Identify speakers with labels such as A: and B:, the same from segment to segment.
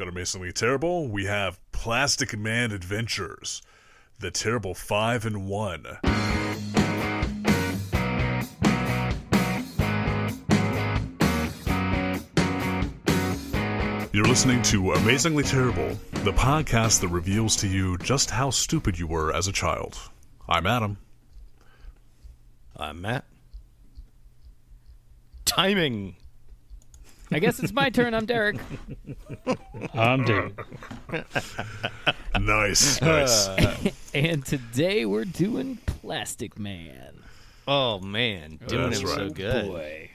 A: Go to Masonly Terrible. We have Plastic Man Adventures, The Terrible 5 and 1. You're listening to Amazingly Terrible, the podcast that reveals to you just how stupid you were as a child. I'm Adam.
B: I'm Uh, Matt. Timing.
C: I guess it's my turn. I'm Derek.
D: I'm David.
A: Nice, nice.
C: And today we're doing Plastic Man.
B: Oh man, doing
A: that's
B: him so
A: right.
B: good.
C: Boy.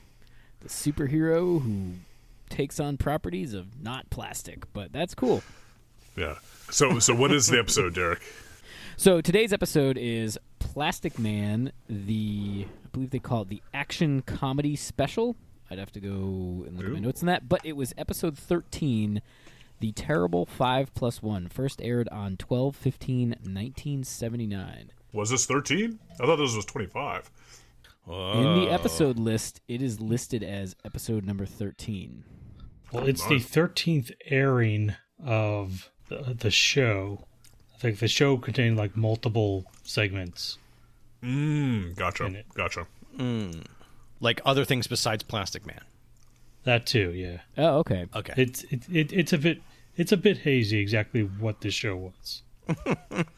C: The superhero who takes on properties of not plastic, but that's cool.
A: yeah. So, so what is the episode, Derek?
C: So today's episode is Plastic Man, the I believe they call it the action comedy special. I'd have to go and look at my notes on that, but it was episode 13, The Terrible 5 Plus 1, first aired on 12 15 1979.
A: Was this 13? I thought this was 25.
C: In the episode list, it is listed as episode number 13.
D: Well, it's the 13th airing of the, the show. I think the show contained like multiple segments.
A: Mm, gotcha.
D: In it.
A: Gotcha.
B: Like other things besides Plastic Man.
D: That too, yeah.
C: Oh, okay.
B: Okay.
D: It's it, it, it's a bit it's a bit hazy exactly what this show was.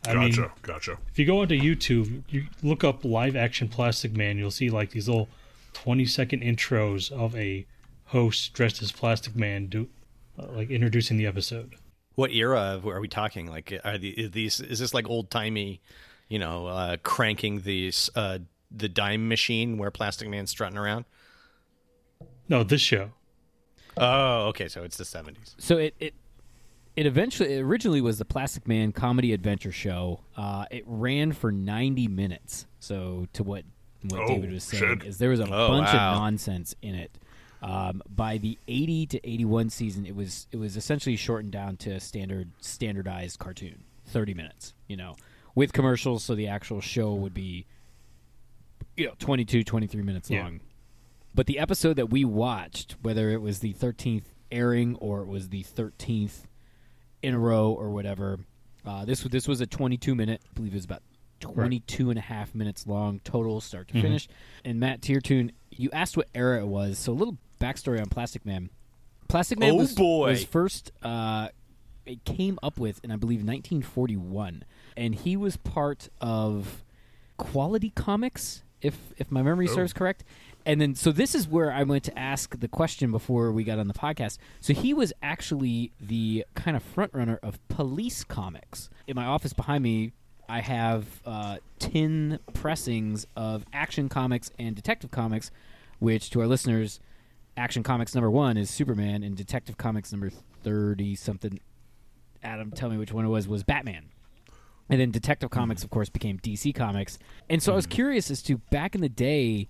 D: I mean,
A: Gotcha. gotcha.
D: if you go onto YouTube, you look up live action Plastic Man, you'll see like these little 20 second intros of a host dressed as Plastic Man do uh, like introducing the episode.
B: what era of, are we talking? Like, are the, is these? Is this like old timey? You know, uh, cranking the s- uh, the dime machine where Plastic Man's strutting around.
D: No, this show.
B: Oh, okay. So it's the seventies.
C: So it it it eventually it originally was the Plastic Man comedy adventure show. Uh, it ran for 90 minutes. So to what what
A: Oh,
C: David was saying
A: shit.
C: is there was a
B: Oh,
C: bunch
B: wow.
C: of nonsense in it. Um, by the 80 to 81 season, it was it was essentially shortened down to a standard standardized cartoon, 30 minutes, you know, with commercials so the actual show would be you know 22 23 minutes
D: Yeah.
C: long but the episode that we watched whether it was the 13th airing or it was the 13th in a row or whatever uh, this was this was a 22 minute i believe it was about 22 and a half minutes long total start to
B: Mm-hmm.
C: finish and matt Tiertoon, you asked what era it was so a little backstory on plastic man plastic man
B: Oh,
C: was,
B: boy.
C: was first uh, it came up with in I believe 1941, and he was part of Quality Comics, if if my memory serves correct. And then, so this is where I went to ask the question before we got on the podcast. So he was actually the kind of front runner of Police Comics. In my office behind me, I have uh, tin pressings of Action Comics and Detective Comics, which to our listeners. Action Comics number one is Superman, and Detective Comics number thirty something. Adam, tell me which one it was. Was Batman, and then Detective
B: Mm-hmm.
C: Comics, of course, became DC Comics. And so I was curious as to back in the day,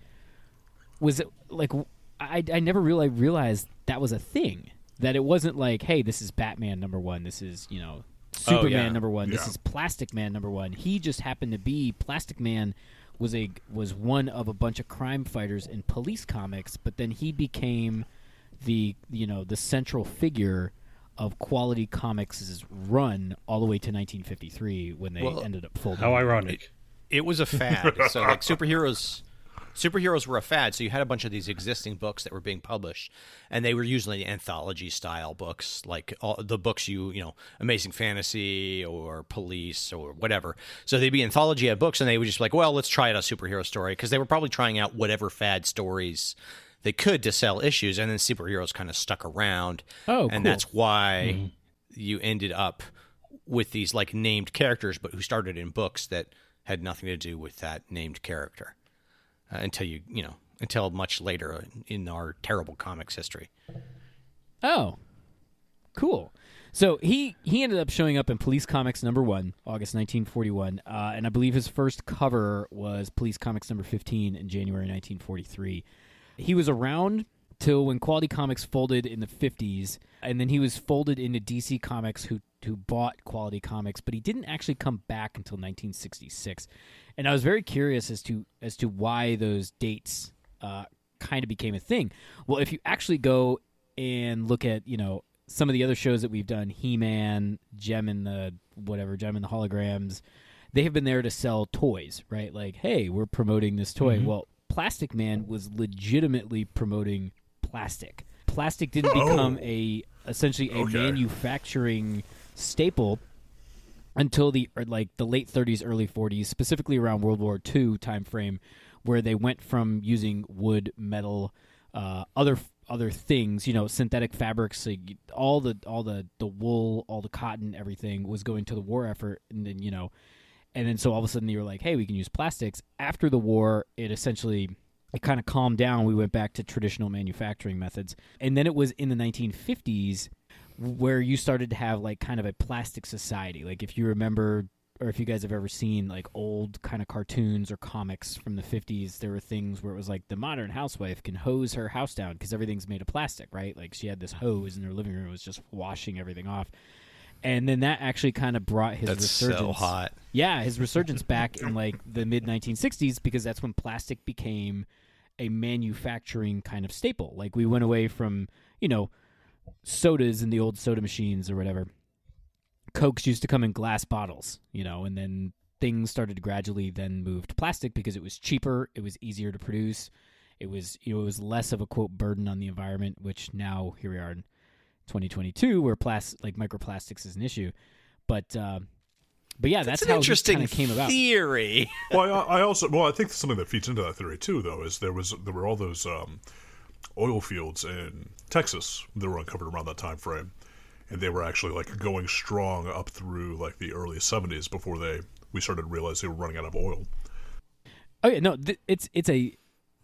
C: was it like I, I never really realized that was a thing. That it wasn't like, hey, this is Batman number one. This is you know
B: Oh,
C: Superman
B: yeah.
C: number one. This
A: Yeah.
C: is Plastic Man number one. He just happened to be Plastic Man was a was one of a bunch of crime fighters in police comics, but then he became the you know the central figure of quality comics' run all the way to 1953 when they
B: Well,
C: ended up folding.
D: How ironic.
B: It was a fad. so like superheroes. Superheroes were a fad, so you had a bunch of these existing books that were being published, and they were usually anthology style books, like all, the books you you know, Amazing Fantasy or Police or whatever. So they'd be anthology of books, and they would just be like, well, let's try out a superhero story because they were probably trying out whatever fad stories they could to sell issues, and then superheroes kind of stuck around.
C: Oh,
B: and
C: cool.
B: that's why
C: Mm-hmm.
B: you ended up with these like named characters, but who started in books that had nothing to do with that named character uh, until you you know until much later in our terrible comics history.
C: Oh, cool. So he he ended up showing up in Police Comics number one, August 1941, uh, and I believe his first cover was Police Comics number 15 in January 1943. He was around till when Quality Comics folded in the 50s, and then he was folded into DC Comics, who who bought Quality Comics, but he didn't actually come back until 1966. And I was very curious as to as to why those dates uh, kind of became a thing. Well, if you actually go and look at you know some of the other shows that we've done, He Man, Gem and the whatever, Gem and the Holograms, they have been there to sell toys, right? Like, hey, we're promoting this toy. Well, Plastic Man was legitimately promoting plastic. Plastic didn't become a essentially a
A: Okay.
C: manufacturing staple until the or like the late 30s early 40s specifically around world war ii time frame where they went from using wood metal uh, other other things you know synthetic fabrics like all the all the the wool all the cotton everything was going to the war effort and then you know and then so all of a sudden you were like hey we can use plastics after the war it essentially it kind of calmed down we went back to traditional manufacturing methods and then it was in the 1950s where you started to have like kind of a plastic society. Like if you remember or if you guys have ever seen like old kind of cartoons or comics from the 50s, there were things where it was like the modern housewife can hose her house down because everything's made of plastic, right? Like she had this hose in her living room, it was just washing everything off. And then that actually kind of brought his
B: That's so
C: resurgence.
B: hot.
C: Yeah, his resurgence back in like the mid 1960s because that's when plastic became a manufacturing kind of staple. Like we went away from, you know, sodas in the old soda machines or whatever. Cokes used to come in glass bottles, you know, and then things started to gradually then move to plastic because it was cheaper, it was easier to produce, it was you know, it was less of a quote burden on the environment, which now here we are in 2022 where plas- like microplastics is an issue. But uh, but yeah, that's,
B: It's an
C: how
B: interesting
C: kind of came about.
B: theory.
A: well, I, I also well, I think something that feeds into that theory too, though, is there was there were all those um, oil fields in Texas that were uncovered around that time frame, and they were actually like going strong up through like the early '70s before they we started to realize they were running out of oil.
C: Oh yeah, no, th- it's it's a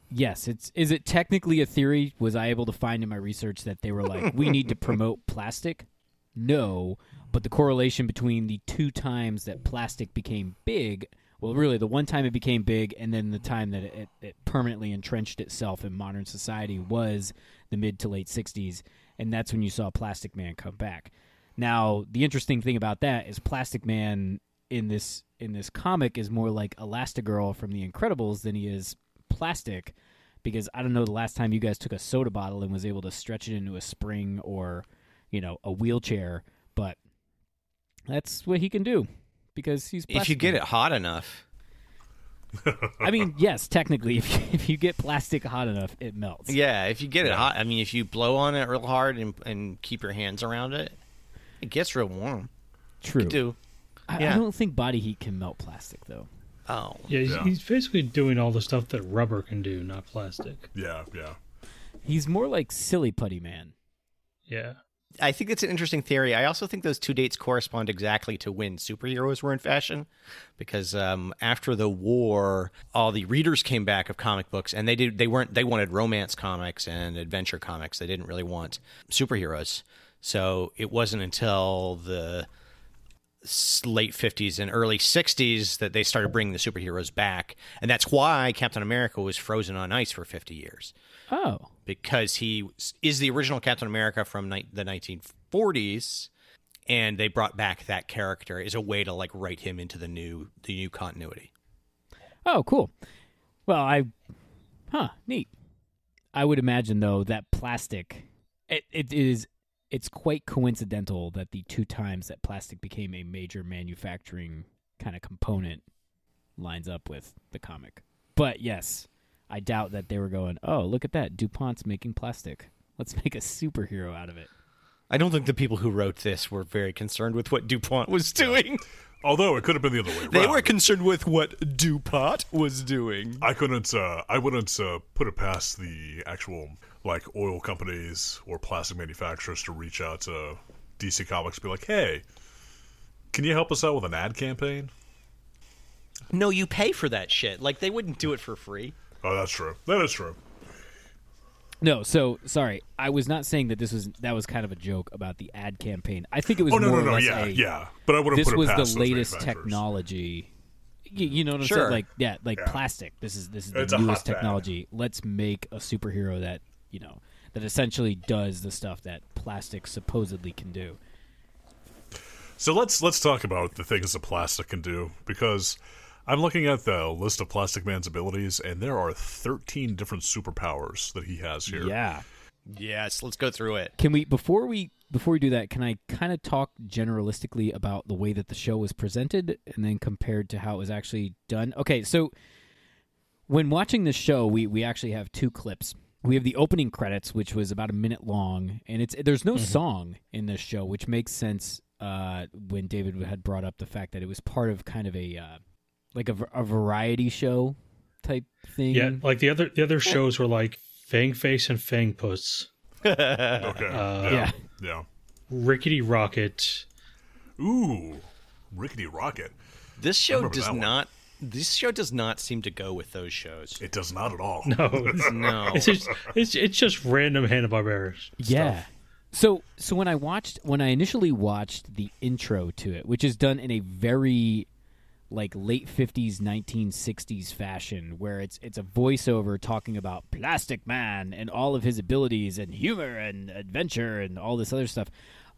C: yes. It's is it technically a theory? Was I able to find in my research that they were like we need to promote plastic? No, but the correlation between the two times that plastic became big, well, really the one time it became big, and then the time that it, it permanently entrenched itself in modern society was the mid to late '60s, and that's when you saw Plastic Man come back. Now, the interesting thing about that is Plastic Man in this in this comic is more like Elastigirl from The Incredibles than he is plastic, because I don't know the last time you guys took a soda bottle and was able to stretch it into a spring or, you know, a wheelchair, but that's what he can do because he's.
B: if you
C: Plastic
B: get
C: Man.
B: it hot enough,
C: I mean, yes, technically, if you, if you get plastic hot enough, it melts.
B: yeah. If you get it hot, I mean, if you blow on it real hard and and keep your hands around it, it gets real warm.
C: true.
B: You do.
C: I, I
B: yeah.
C: don't think body heat can melt plastic though.
B: Oh,
D: Yeah, he's,
A: Yeah.
D: he's basically doing all the stuff that rubber can do, not plastic.
A: Yeah, yeah.
C: He's more like silly putty man.
D: Yeah.
B: I think it's an interesting theory. I also think those two dates correspond exactly to when superheroes were in fashion, because um, after the war, all the readers came back of comic books, and they did they weren't they wanted romance comics and adventure comics. They didn't really want superheroes. So it wasn't until the s- late 50s and early 60s that they started bringing the superheroes back and that's why captain america was frozen on ice for 50 years
C: Oh,
B: because he s- is the original Captain America from ni- the 1940s, and they brought back that character as a way to like write him into the new the new continuity.
C: Oh, cool. Well, I, huh, neat. I would imagine though that plastic, it, it is, it's quite coincidental that the two times that plastic became a major manufacturing kind of component lines up with the comic. But yes, I doubt that they were going. Oh, look at that! Dupont's making plastic. Let's make a superhero out of it.
B: I don't think the people who wrote this were very concerned with what DuPont was doing.
A: Although it could have been the other way around.
B: They were concerned with what DuPont was doing.
A: I couldn't. Uh, I wouldn't uh, put it past the actual like oil companies or plastic manufacturers to reach out to DC Comics, and be like, "Hey, can you help us out with an ad campaign?"
B: No, you pay for that shit. Like they wouldn't do it for free.
A: Oh, that's true. That is true.
C: No, so sorry. I was not saying that this was that was kind of a joke about the ad campaign. I think it was
A: Oh no,
C: more
A: no,
C: or
A: no.
C: less
A: Yeah,
C: a-
A: yeah. But I wouldn't
C: this
A: put it
C: was
A: past
C: the
A: those
C: latest
A: manufacturers.
C: technology. Y- You know what I'm
B: Sure.
C: saying? Like yeah, like
A: Yeah.
C: plastic. This is this is the
A: It's a
C: newest
A: hotbed.
C: technology. Let's make a superhero that you know that essentially does the stuff that plastic supposedly can do.
A: So let's let's talk about the things that plastic can do because I'm looking at the list of Plastic Man's abilities, and there are 13 different superpowers that he has here.
C: Yeah.
B: Yes, let's go through it.
C: Can we before we before we do that, can I kind of talk generalistically about the way that the show was presented and then compared to how it was actually done? Okay, so when watching this show, we we actually have two clips. We have the opening credits, which was about a minute long, and it's there's
D: Mm-hmm.
C: no song in this show, which makes sense uh, when David had brought up the fact that it was part of kind of a uh, like a, v- a variety show type thing.
D: Yeah, like the other the other shows were like Fang Face and Fang Puss,
A: Okay.
C: yeah.
D: um,
A: yeah.
D: Rickety Rocket.
A: Ooh, rickety rocket.
B: This show
A: remember
B: does
A: that one.
B: not. This show does not seem to go with those shows.
A: It does not at all.
D: No, it's,
B: No.
D: Oh, it's just it's, it's just random Hanna Barbera.
C: Yeah. So so when I watched when I initially watched the intro to it, which is done in a very like late 50s 1960s fashion where it's it's a voiceover talking about plastic man and all of his abilities and humor and adventure and all this other stuff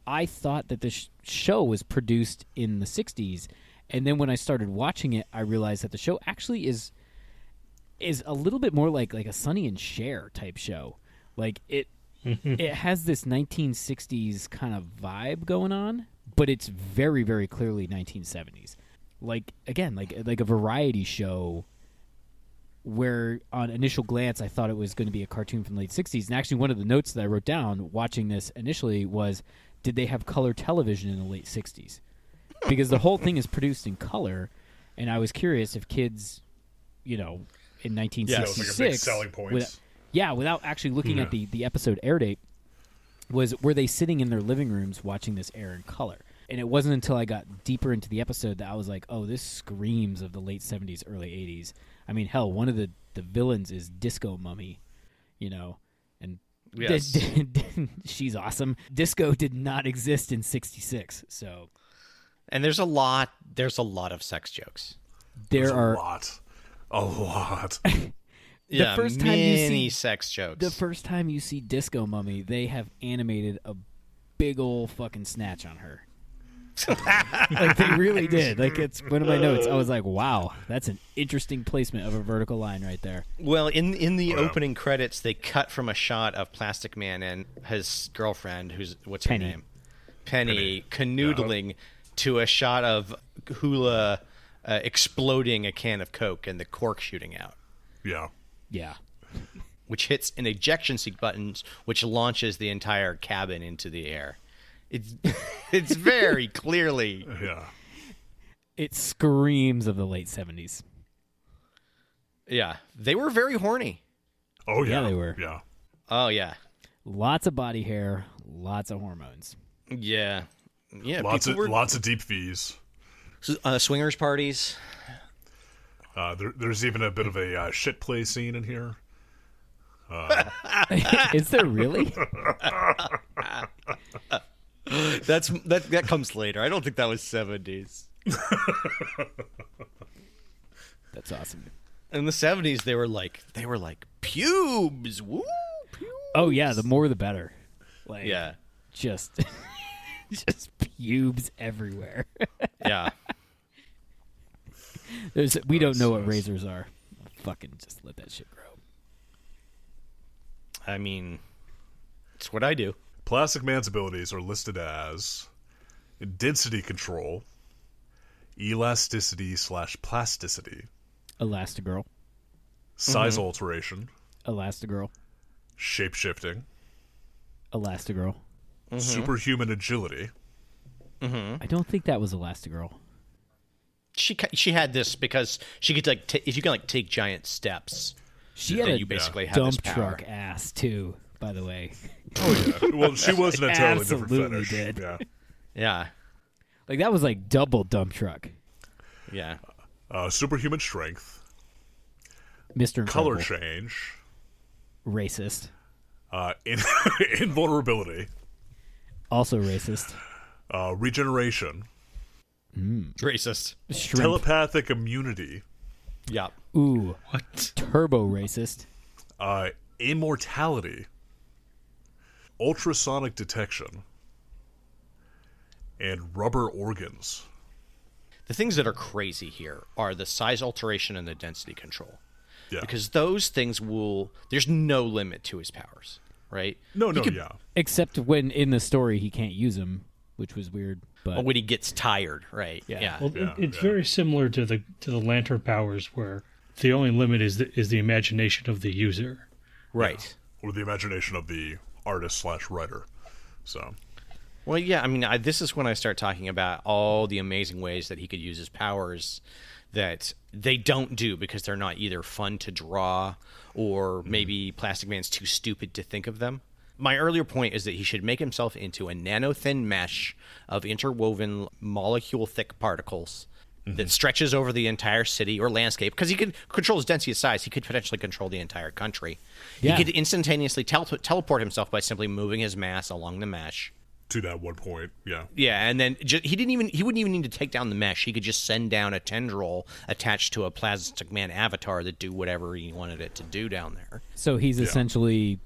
C: i thought that this sh- show was produced in the 60s and then when i started watching it i realized that the show actually is is a little bit more like like a Sonny and Cher type show. Like it it has this 1960s kind of vibe going on, but it's very very clearly 1970s. Like again, like like a variety show where on initial glance I thought it was going to be a cartoon from the late 60s. And actually one of the notes that I wrote down watching this initially was did they have color television in the late 60s? Because the whole thing is produced in color and I was curious if kids you know, in
A: Yeah, it
C: 1966.
A: was like a big selling point. Mm-hmm.
C: without- yeah, without actually looking
A: Yeah.
C: at the, the episode air date, was were they sitting in their living rooms watching this air in color? And it wasn't until I got deeper into the episode that I was like, oh, this screams of the late 70s, early 80s. I mean, hell, one of the, the villains is Disco Mummy, you know, and
B: Yes.
C: she's awesome. Disco did not exist in 66, so
B: and there's a lot. There's a lot of sex jokes.
A: There's
C: there
A: a
C: are
A: lot. A lot.
B: yeah,
C: first time you
B: many
C: see-
B: sex jokes.
C: The first time you see Disco Mummy, they have animated a big ol' fucking snatch on her. like they really did. Like it's one of my notes. I was like, "Wow, that's an interesting placement of a vertical line right there."
B: Well, in in the
A: Oh, yeah.
B: opening credits, they cut from a shot of Plastic Man and his girlfriend, who's what's
C: Penny.
B: her name, Penny, canoodling, to a shot of Hula uh, exploding a can of Coke and the cork shooting out,
A: Yeah.
C: Yeah,
B: which hits an ejection seat button, which launches the entire cabin into the air. It's it's very clearly
A: Yeah.
C: it screams of the late seventies.
B: yeah. They were very horny.
A: Oh yeah.
C: they were.
A: Yeah.
B: Oh yeah,
C: Lots of body hair, lots of hormones.
B: yeah, yeah.
A: Lots of
B: people were,
A: lots of deep V's.
B: uh, swingers parties.
A: Uh, there, there's even a bit of a uh, shit play scene in here.
C: Is there really?
B: That's that that comes later. I don't think that was seventies.
C: That's awesome.
B: In the seventies, they were like they were like pubes. Woo, pubes.
C: Oh yeah, the more the better. Like
B: yeah,
C: just just pubes everywhere.
B: yeah.
C: There's, we don't know what razors are. Fucking just let that shit grow.
B: I mean, it's what I do.
A: Plastic Man's abilities are listed as density control, elasticity slash plasticity,
C: Elastigirl.
A: size
C: Mm-hmm.
A: alteration,
C: Elastigirl.
A: shape shifting,
C: Elastigirl.
B: Mm-hmm.
A: superhuman agility.
B: Hmm?
C: I don't think that was Elastigirl.
B: She ca- she had this because she could like ta if you can like take giant steps,
C: She had
B: then
C: a
B: you basically have this
C: dump
B: power.
C: truck ass too, by the way.
A: Oh yeah. Well, she was an entirely different
C: Absolutely
A: fetish.
C: did.
A: Yeah.
B: Yeah,
C: Like that was like double dump truck.
B: yeah.
A: Uh, superhuman strength,
C: Mr.
A: color
C: Incredible.
A: change,
C: Racist.
A: uh, in- invulnerability,
C: Also racist.
A: uh, regeneration,
B: Racist.
C: Shrimp.
A: telepathic immunity,
B: Yeah.
C: Ooh.
D: What?
C: Turbo racist.
A: uh, immortality, ultrasonic detection, and rubber organs.
B: The things that are crazy here are the size alteration and the density control,
A: Yeah.
B: because those things will. There's no limit to his powers, right?
A: No, no,
C: could-
A: yeah.
C: Except when in the story he can't use him, which was weird. But
B: Or when he gets tired, right?
C: Yeah.
D: Well, it-
A: Yeah,
D: it's
A: yeah.
D: very similar to the to the lantern powers, where the only limit is the, is the imagination of the user.
B: right.
A: Or the imagination of the artist slash writer. So
B: Well, yeah, I mean, I, this is when I start talking about all the amazing ways that he could use his powers that they don't do because they're not either fun to draw or maybe Plastic Man's too stupid to think of them. My earlier point is that he should make himself into a nano thin mesh of interwoven molecule thick particles that stretches over the entire city or landscape because he could control his density of size. He could potentially control the entire country.
C: Yeah.
B: He could instantaneously tel- teleport himself by simply moving his mass along the mesh.
A: to that one point, yeah.
B: Yeah, and then ju- he didn't even he wouldn't even need to take down the mesh. He could just send down a tendril attached to a plastic man avatar that do whatever he wanted it to do down there.
C: so he's essentially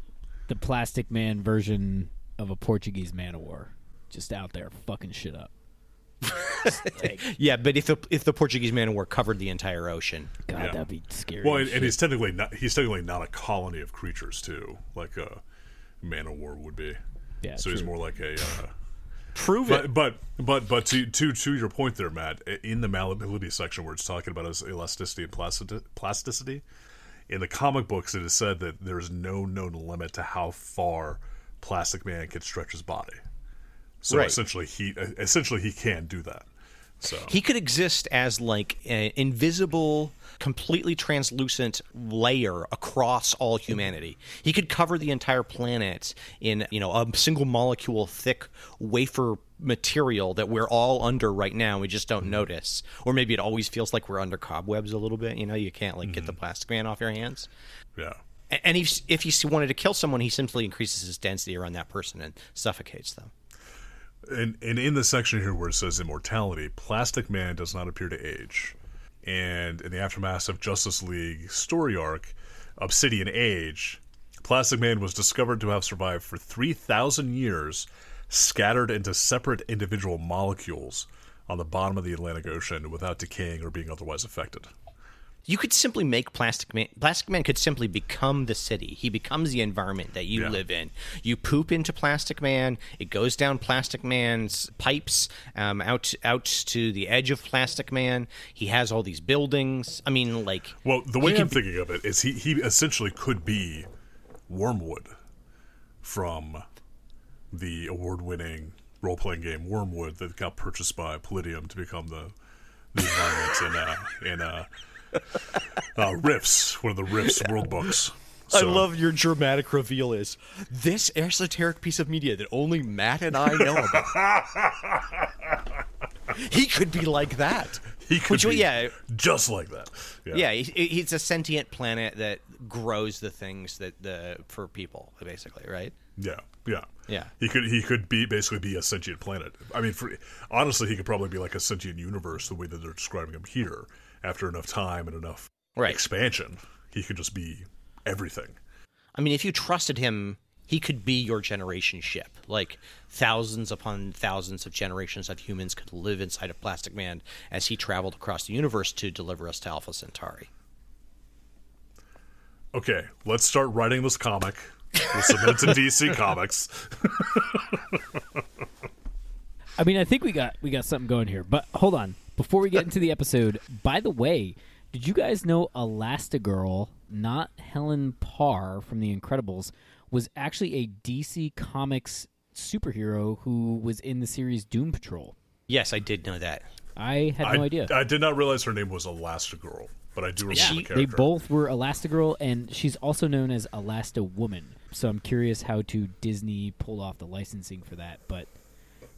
C: the Plastic Man version of a Portuguese man of war, just out there fucking shit up.
B: Yeah, but if the if the Portuguese man of war covered the entire ocean,
C: God,
A: Yeah.
C: that'd be scary.
A: Well, and,
C: as
A: and
C: shit.
A: he's technically not he's technically not a colony of creatures too, like a man of war would be.
C: Yeah,
A: so he's
C: true.
A: more like a. Uh,
B: prove it.
A: but but but but to to to your point there, Matt. i- In the malleability section where it's talking about his elasticity and plastic, plasticity, in the comic books it is said that there is no known limit to how far Plastic Man can stretch his body. So
B: Right.
A: essentially, he e, essentially he can do that. So
B: He could exist as like an invisible, completely translucent layer across all humanity. He could cover the entire planet in, you know, a single molecule thick wafer material that we're all under right now. We just don't notice. Or maybe it always feels like we're under cobwebs a little bit. You know, you can't like get the plastic man off your hands.
A: yeah,
B: A- And if, if he wanted to kill someone, he simply increases his density around that person and suffocates them.
A: and and in the section here where it says immortality, Plastic Man does not appear to age. And in the aftermath of Justice League story arc, Obsidian Age, Plastic Man was discovered to have survived for three thousand years, scattered into separate individual molecules on the bottom of the Atlantic Ocean without decaying or being otherwise affected.
B: You could simply make Plastic Man. Plastic Man could simply become the city. He becomes the environment that you
A: Yeah.
B: live in. You poop into Plastic Man. It goes down Plastic Man's pipes um, out out to the edge of Plastic Man. He has all these buildings. I mean, like
A: Well, the way
B: can
A: I'm thinking of it is he, he essentially could be Wormwood from the award winning role playing game Wormwood that got purchased by Palladium to become the the environment in uh, in uh, uh, Rifts, one of the Rifts world books. So-
B: your dramatic reveal is this esoteric piece of media that only Matt and I know about. he could be like that.
A: he could
B: Which,
A: be
B: yeah,
A: just like that.
B: Yeah, he, he- he's a sentient planet that grows the things that the for people basically, right?
A: Yeah, yeah,
B: Yeah.
A: He could he could be basically be a sentient planet. I mean, for, honestly, he could probably be like a sentient universe the way that they're describing him here. After enough time and enough
B: Right.
A: expansion, he could just be everything.
B: I mean, if you trusted him, he could be your generation ship. Like thousands upon thousands of generations of humans could live inside of Plastic Man as he traveled across the universe to deliver us to Alpha Centauri.
A: Okay, let's start writing this comic. We'll submit it to DC Comics.
C: I mean, I think we got we got something going here. But hold on, before we get into the episode, by the way, did you guys know Elastigirl, not Helen Parr from The Incredibles, was actually a DC Comics superhero who was in the series Doom Patrol?
B: Yes, I did know that.
C: I had no
A: I,
C: idea.
A: I did not realize her name was Elastigirl, but I do remember the
B: She-
A: character.
C: they both were Elastigirl, and she's also known as Elasta Woman. So I'm curious how to Disney pull off the licensing for that, but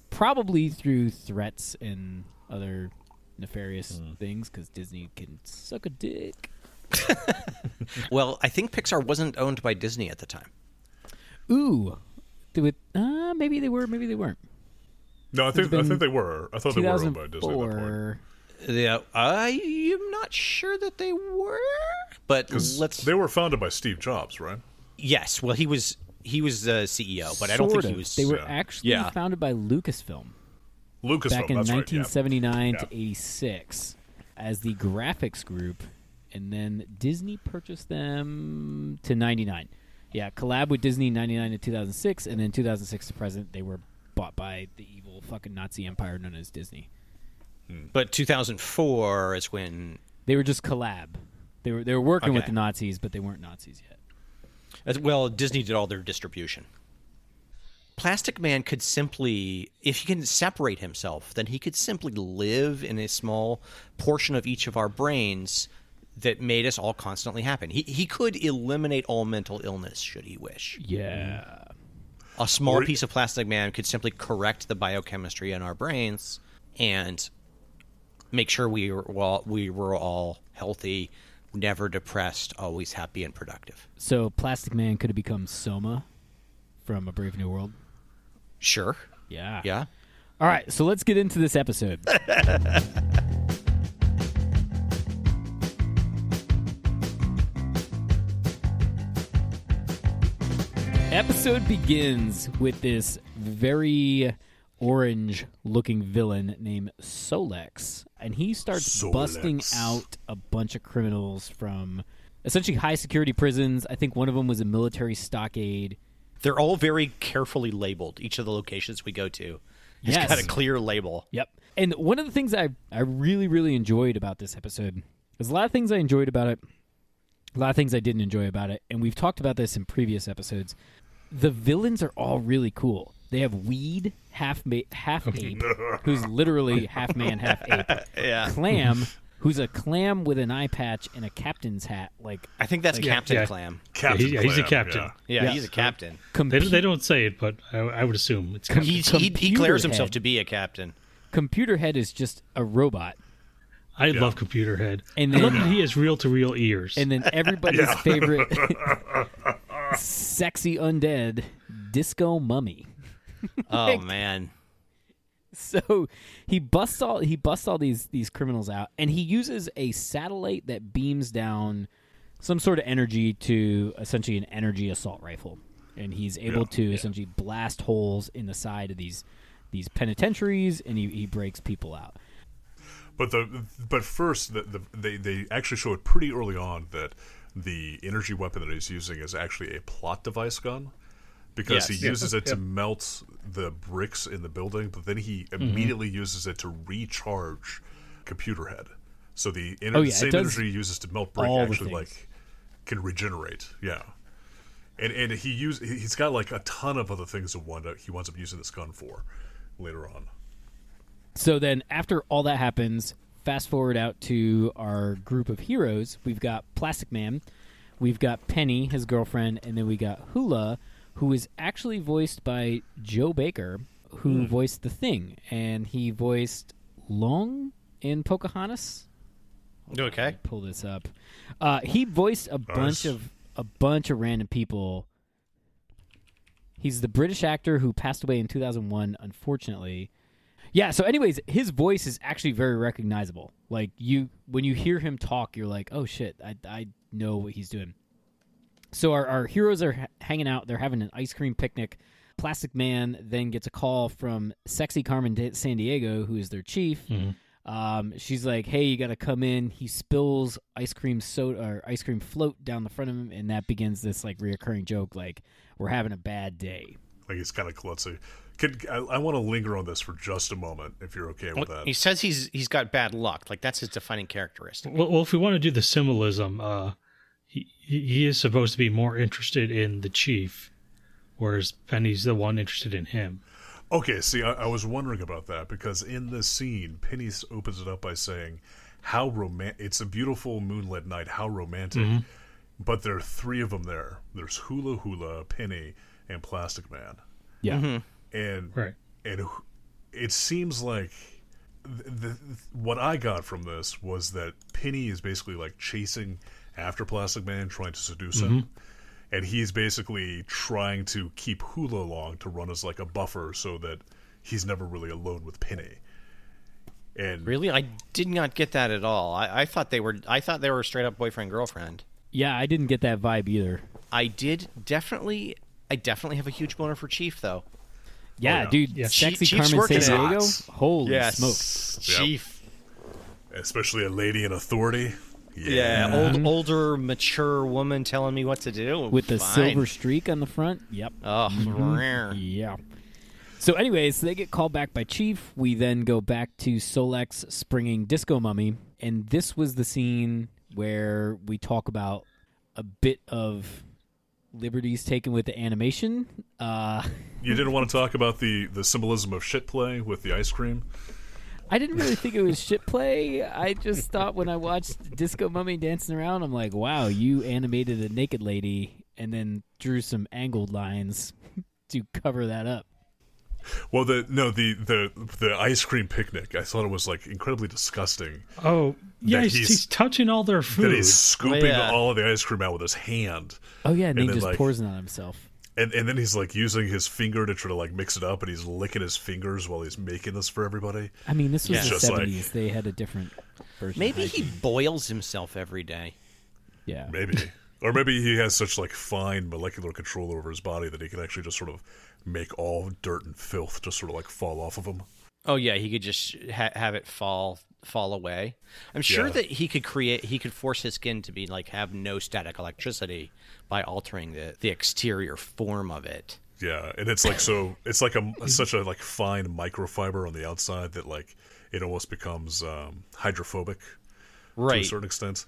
C: probably through threats and other nefarious
A: Hmm.
C: things, because Disney can suck a dick.
B: Well, I think Pixar wasn't owned by Disney at the time.
C: Ooh, Th- with uh, maybe they were, maybe they weren't.
A: no, I think I
C: been
A: think they were. I thought they were owned by Disney at that point.
C: 2004.
B: Yeah, I am not sure that they were, but let's
A: They were founded by Steve Jobs, right?
B: Yes, well, he was he was the CEO, but I don't
C: Sort
B: think he
C: of.
B: was. uh,
C: They were
A: yeah.
C: actually
B: Yeah.
C: founded by Lucasfilm.
A: Lucasfilm.
C: back in
A: that's right. Yeah.
C: 1979 to
A: Yeah.
C: 86 as the graphics group and then disney purchased them to 99 Yeah, collab with Disney 99 to 2006, and then 2006 to present, they were bought by the evil fucking Nazi empire known as Disney.
B: But 2004 is when
C: They were just collab. They were they were working with
B: Okay.
C: the Nazis, but they weren't Nazis yet.
B: As well, Disney did all their distribution. Plastic Man could simply, if he can separate himself, then he could simply live in a small portion of each of our brains that made us all constantly happen. He, he could eliminate all mental illness, should he wish.
C: Yeah.
B: A small
A: Or-
B: piece of Plastic Man could simply correct the biochemistry in our brains and make sure we were all, we were all healthy, never depressed, always happy and productive.
C: So Plastic Man could have become Soma from A Brave New World.
B: Sure.
C: Yeah.
B: Yeah.
C: All right, so let's get into this episode. episode begins with this very orange looking villain named Solex, and he starts
A: Solex.
C: busting out a bunch of criminals from essentially high security prisons. I think one of them was a military stockade.
B: They're all very carefully labeled. Each of the locations we go to, it's
C: Yes.
B: got a clear label.
C: Yep. And one of the things I, I really, really enjoyed about this episode there's a lot of things I enjoyed about it, a lot of things I didn't enjoy about it. And we've talked about this in previous episodes. The villains are all really cool. They have Weed, half ma- half ape, who's literally half man, half ape.
B: Yeah,
C: Clam, who's a clam with an eye patch and a captain's hat. Like,
B: I think that's Captain
D: yeah.
B: Clam.
A: Captain
D: Yeah, he's a
A: Clam,
D: captain.
A: yeah.
B: Yeah,
C: Yeah.
B: he's a captain.
D: They,
C: compete.
D: they don't say it, but I, I would assume it's
C: Com-
D: kind of-
B: He, he, he
C: Computer
B: declares himself
C: head.
B: to be a captain.
C: Computer Head is just a robot.
D: I love Computer Head.
C: And
D: I love
C: then-
D: that he has reel to reel ears.
C: And then everybody's favorite sexy undead, Disco Mummy.
B: Oh man,
C: so he busts all he busts all these these criminals out and he uses a satellite that beams down some sort of energy to essentially an energy assault rifle and he's able to essentially blast holes in the side of these these penitentiaries and he, he breaks people out
A: But the but first, the, the, they they actually show it pretty early on that the energy weapon that he's using is actually a plot device gun, because
B: Yes.
A: he uses it to melt the bricks in the building, but then he
C: Mm-hmm.
A: immediately uses it to recharge Computer Head. So the, ener-
C: Oh,
A: the
C: yeah, it
A: same
C: does
A: energy he uses to melt brick
C: all the
A: actually
C: things.
A: like can regenerate. Yeah. And, and he use he- he's got like a ton of other things to wind up, he winds up using this gun for later on.
C: So then, after all that happens, fast forward out to our group of heroes. We've got Plastic Man, we've got Penny, his girlfriend, and then we got Hula, who is actually voiced by Joe Baker, who voiced The Thing, and he voiced Long in Pocahontas.
B: okay.
C: Pull this up. Uh, he voiced a bunch of a bunch of random people. He's the British actor who passed away in 2001, unfortunately. Yeah. So, anyways, his voice is actually very recognizable. Like you, when you hear him talk, you're like, "Oh shit, I, I know what he's doing." So our, our heroes are h- hanging out. They're having an ice cream picnic. Plastic Man then gets a call from sexy Carmen De- San Diego, who is their chief. Um, she's like, "Hey, you got to come in." He spills ice cream soda or ice cream float down the front of him, and that begins this like reoccurring joke, like we're having a bad day.
A: Like he's kind of klutzy. Could I, I want to linger on this for just a moment, if you're okay with that?
B: He says he's he's got bad luck. Like that's his defining characteristic.
D: well, well, if we want to do the symbolism, uh, he, he he is supposed to be more interested in the chief, whereas Penny's the one interested in him.
A: Okay, see, I, I was wondering about that because in this scene, Penny s- opens it up by saying, "How romantic! It's a beautiful moonlit night. How romantic!" But there are three of them there. There's Hula Hula, Penny, and Plastic Man,
C: Yeah,
A: and
D: Right.
A: and wh- it seems like th the, what I got from this was that Penny is basically like chasing after Plastic Man, trying to seduce him, and he's basically trying to keep Hula along to run as like a buffer so that he's never really alone with Penny. And
B: Really, I did not get that at all. I, I thought they were I thought they were straight up boyfriend girlfriend.
C: yeah. I didn't get that vibe either.
B: I did definitely I definitely have a huge boner for Chief though.
C: Yeah, dude,
D: Yeah.
C: sexy
B: Chief's
C: Carmen
B: working
C: San
B: hot.
C: Diego. Holy smoke!
B: Chief.
A: especially a lady in authority,
B: Yeah, old, older, mature woman telling me what to do
C: Mm-hmm. with the
B: Fine.
C: silver Mm-hmm. streak on the front. Yep.
B: Oh, rare.
C: Yeah. So, anyways, they get called back by Chief. We then go back to Solek's springing disco mummy, and this was the scene where we talk about a bit of liberties taken with the animation. Uh,
A: You didn't want to talk about the the symbolism of shit play with the ice cream.
C: I didn't really think it was shit play. I just thought when I watched Disco Mummy dancing around, I'm like, wow, you animated a naked lady and then drew some angled lines to cover that up.
A: Well, the no the the the ice cream picnic. I thought it was like incredibly disgusting
D: Oh, yeah,
A: That
D: he's,
A: he's-
D: he's touching all their food.
A: that he's scooping
B: yeah.
A: all of the ice cream out with his hand,
C: Oh, yeah, and, he
A: then,
C: just
A: like-
C: pours it on himself.
A: and and then he's like using his finger to try to like mix it up, and he's licking his fingers while he's making this for everybody.
C: I mean, this was
B: Yeah.
C: the
A: Just like-
C: seventies. they had a different version.
B: Maybe
C: of
B: he boils himself every day.
C: hygiene. yeah.
A: Maybe. Or maybe he has such like fine molecular control over his body that he can actually just sort of make all dirt and filth just sort of like fall off of him.
B: Oh yeah, he could just ha- have it fall fall away. I'm sure
A: Yeah.
B: that he could create. He could force his skin to be like have no static electricity by altering the the exterior form of it.
A: Yeah, and it's like so it's like a such a like fine microfiber on the outside that like it almost becomes um, hydrophobic to a
B: Right.
A: certain extent.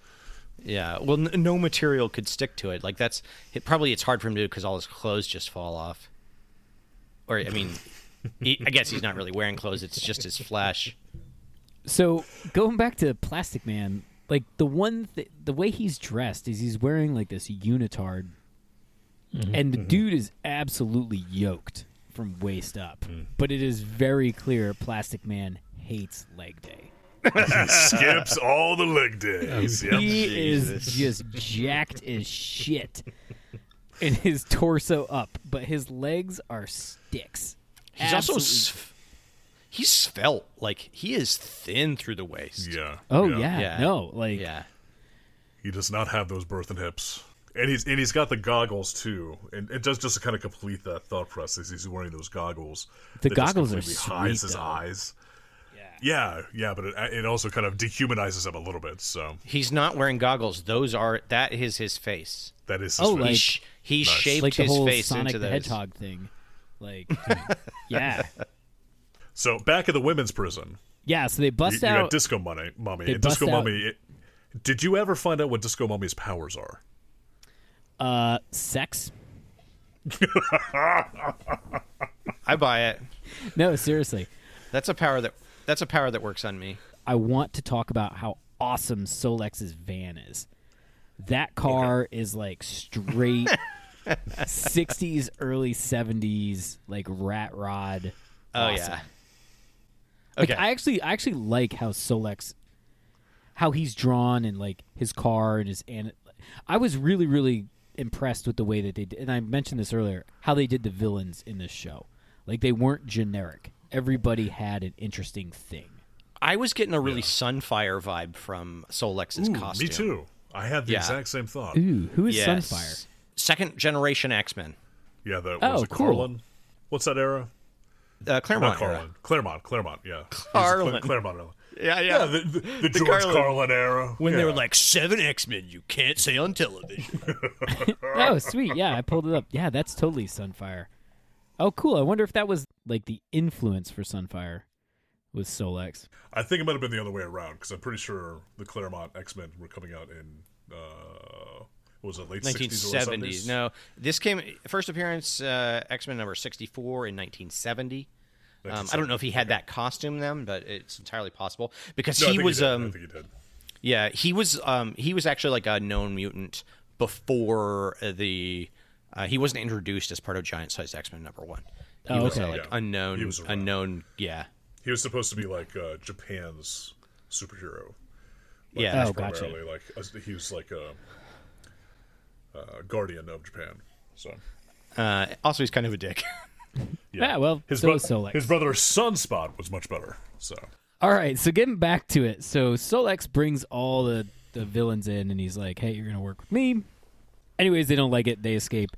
B: Yeah. Well, n- no material could stick to it. Like that's it, probably it's hard for him to do because all his clothes just fall off. Or I mean, he, I guess he's not really wearing clothes. It's just his flesh.
C: So going back to Plastic Man, like the one, th- the way he's dressed is he's wearing like this unitard, and the
A: Mm-hmm.
C: dude is absolutely yoked from waist up.
A: Mm.
C: But it is very clear Plastic Man hates leg day.
A: He skips all the leg days. Yep.
C: He is just jacked as shit, and his torso up, but his legs are sticks.
B: He's also
C: Absolutely-
B: s- he's svelte. Like he is thin through the waist.
A: Yeah.
C: oh yeah,
B: Yeah.
C: no like
B: Yeah.
A: He does not have those birth and hips. And he's and he's got the goggles too. And it does just to kind of complete that thought process. He's wearing those goggles.
C: The
A: that just
C: goggles are
A: completely hides
C: sweet,
A: his
C: though.
A: eyes. Yeah, yeah, but it, uh, it also kind of dehumanizes him a little bit. So
B: He's not wearing goggles. Those are that is his face.
A: that is his face.
C: Oh,
B: he
C: Like-
B: sh- he shaped
C: like the
B: his
C: whole
B: face
C: Sonic
B: into
C: the
B: those.
C: Hedgehog thing. Like, yeah,
A: so back at the women's prison,
C: yeah. So they
A: you,
C: bust
A: you had
C: out.
A: Disco Mummy. Mummy.
C: They
A: And Disco
C: bust out-
A: Mummy. it- did you ever find out what Disco Mummy's powers are?
C: uh, sex.
B: I buy it.
C: No, seriously.
B: That's a power that that's a power that works on me.
C: I want to talk about how awesome Solex's van is. That car is like straight 60s, early 70s, like rat rod.
B: Oh
C: awesome.
B: yeah.
C: Like,
B: Okay.
C: I actually, I actually like how Solex, how he's drawn and like his car and his and I was really, really impressed with the way that they did. And I mentioned this earlier, how they did the villains in this show. Like they weren't generic. Everybody had an interesting thing.
B: I was getting a really Sunfire vibe from Solex's
A: Ooh, me
B: costume.
A: too. I had the
B: Yeah.
A: exact same thought.
C: Ooh, who is
B: Yes.
C: Sunfire?
B: Second generation X Men.
A: Yeah, the what
C: Oh,
A: was it,
C: cool.
A: Carlin? What's that era?
B: Uh, Claremont.
A: Not
B: era.
A: Carlin. Claremont. Claremont. Yeah. It was the
B: Carlin.
A: Cla- Claremont. era.
B: Yeah, yeah.
A: Yeah, the, the, the George Carlin,
B: Carlin.
A: era.
B: when they
A: Yeah.
B: were like seven X Men, you can't say on television.
C: Oh, sweet. Yeah, I pulled it up. Yeah, that's totally Sunfire. Oh, cool. I wonder if that was like the influence for Sunfire was Solex.
A: I think it might have been the other way around because I'm pretty sure the Claremont X Men were coming out in uh, what was it late 60s or
B: 1970s.
A: 70s?
B: No, um, this came first appearance uh, X Men number 64 in 1970. Um, I don't know if he had that costume then, but it's entirely possible because
A: No, I
B: he
A: think
B: was
A: did. I
B: um
A: think he did.
B: yeah he was um he was actually like a known mutant before the uh, he wasn't introduced as part of Giant Size X Men number one. He
C: Oh,
B: was
C: okay.
B: uh, like
A: Yeah.
B: unknown
A: He was around.
B: unknown yeah
A: He was supposed to be like uh, Japan's superhero.
B: yeah
C: Oh,
A: That's
C: gotcha.
A: primarily like uh, he was like a, uh guardian of Japan. So
C: Oh.
B: uh, also he's kind of a dick.
C: Yeah, well,
A: his,
C: so
A: bro-
C: is Solex.
A: his brother Sunspot was much better. So
C: All right, so getting back to it. So Solex brings all the, the villains in and he's like, hey, you're going to work with me. Anyways, they don't like it. They escape.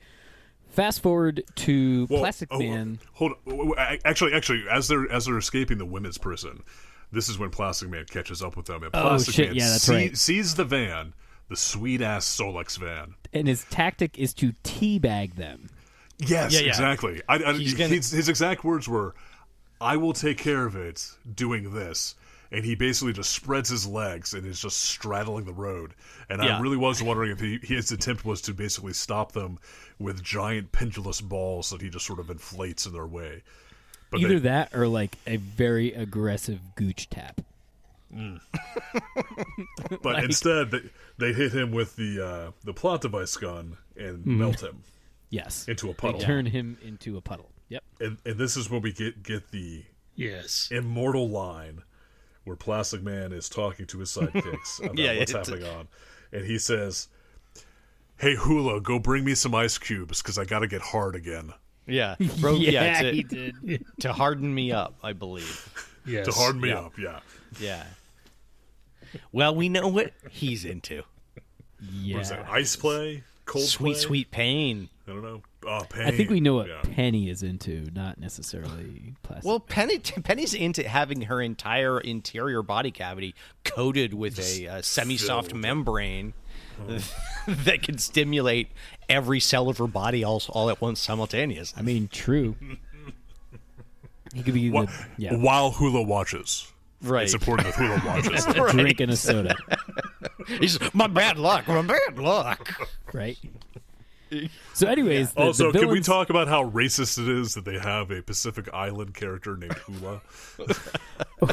C: Fast forward to
A: Well,
C: Plastic
A: oh,
C: Man.
A: Hold on. Actually, actually, as they're as they're escaping the women's prison, This is when Plastic Man catches up with them, and
C: Oh,
A: Plastic
C: shit,
A: Man
C: yeah, that's
A: see-
C: right.
A: sees the van, the sweet ass Solex van.
C: and his tactic is to teabag them.
A: Yes,
B: Yeah, yeah.
A: exactly. I, I,
B: He's gonna-
A: his, his exact words were, "I will take care of it doing this." And he basically just spreads his legs and is just straddling the road. And I
B: Yeah.
A: really was wondering if he, his attempt was to basically stop them with giant pendulous balls that he just sort of inflates in their way. But
C: Either
A: they-
C: that or like a very aggressive gooch tap.
A: but instead, they, they hit him with the uh, the plot device gun and melt him
C: Yes.
A: into a
C: Hmm. They
A: puddle.
C: turn him into a puddle. Yep.
A: And, and this is when we get get the
D: Yes.
A: immortal line where Plastic Man is talking to his sidekicks about
B: Yeah,
A: what's
B: it's-
A: happening on. And he says, Hey, Hula, go bring me some ice cubes because I got to get hard again.
B: Yeah, Rogue, Oh, yeah, to,
C: did.
B: to harden me up, I believe.
D: Yes.
A: To harden me
B: yeah.
A: up, yeah.
B: Yeah. Well, we know what he's into.
C: Yeah.
A: What is that? Ice play? Cold
B: Sweet,
A: play?
B: sweet pain.
A: I don't know. Oh, pain.
C: I think we know what
A: Yeah.
C: Penny is into, not necessarily plastic.
B: Well, Penny, Penny's into having her entire interior body cavity coated with a uh, semi-soft
A: filled.
B: membrane that can stimulate every cell of her body all, all at once simultaneously.
C: I mean, true. He could be
A: Wha-
C: the, yeah,
A: While Hula watches.
B: Right.
A: It's important that Hula watches.
C: drinking a soda,
B: He's my bad luck. My bad luck.
C: right? So, anyways, the,
A: also,
C: the
A: can we
C: villains-
A: talk about how racist it is that they have a Pacific Island character named Hula?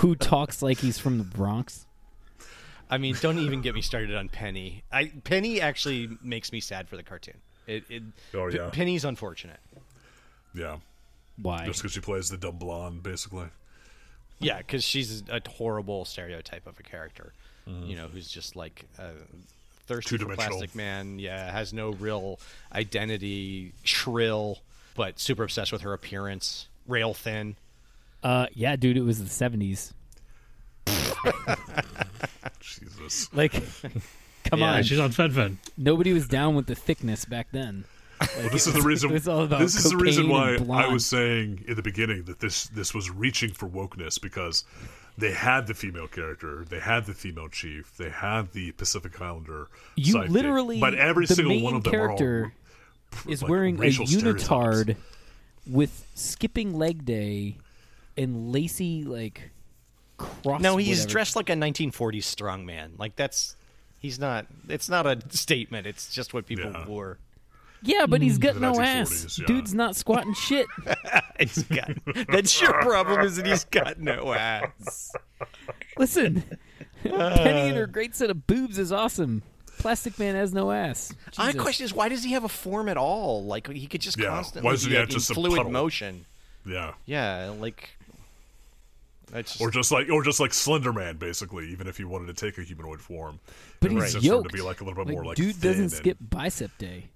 C: who talks like he's from the Bronx?
B: I mean, don't even get me started on Penny. I Penny actually makes me sad for the cartoon. It, it
A: Oh, yeah.
B: Penny's unfortunate.
A: yeah.
C: Why?
A: Just because she plays the dumb blonde, basically.
B: Yeah, because she's a horrible stereotype of a character. You know, who's just like uh, thirsty for
A: Two-dimensional.
B: plastic man. Yeah, has no real identity. Shrill, but super obsessed with her appearance. Rail thin.
C: Uh, yeah, dude, it was the seventies.
A: Jesus.
C: Like, come
B: Yeah,
C: on,
D: She's on FedFed.
C: nobody was down with the thickness back then.
A: Well, this is the reason.
C: it's all about
A: this is the reason
C: cocaine
A: why
C: and
A: I
C: blonde.
A: was saying in the beginning that this this was reaching for wokeness because they had the female character, they had the female chief, they had the Pacific Islander.
C: You
A: sidekick,
C: literally,
A: but every
C: the
A: single
C: main
A: one of them
C: character
A: are all,
C: is
A: like,
C: wearing a
A: racial stereotypes.
C: unitard with skipping leg day and lacy like cross.
B: No, he's
C: whatever.
B: dressed like a 1940s strongman. Like that's he's not. It's not a statement. It's just what people
A: Yeah.
B: wore.
C: Yeah, but he's got
A: Mm. The
C: no
A: 1940s,
C: ass.
A: yeah.
C: Dude's not squatting shit.
B: It's got, that's your problem is that he's got no ass.
C: Listen, Penny and her great set of boobs is awesome. Plastic Man has no ass.
B: My
C: Jesus.
B: question is, why does he have a form at all? Like he could just
A: Yeah,
B: constantly
A: why doesn't
B: be
A: he
B: like,
A: have
B: in
A: just a
B: fluid
A: puddle?
B: motion.
A: Yeah,
B: Yeah, like that's
A: or just like or just like Slender Man, basically. Even if he wanted to take a humanoid form,
C: But
A: it was
C: he's
A: just for him
C: yoked.
A: to be like a little bit more like
C: dude
A: thin
C: doesn't
A: and-
C: skip bicep day.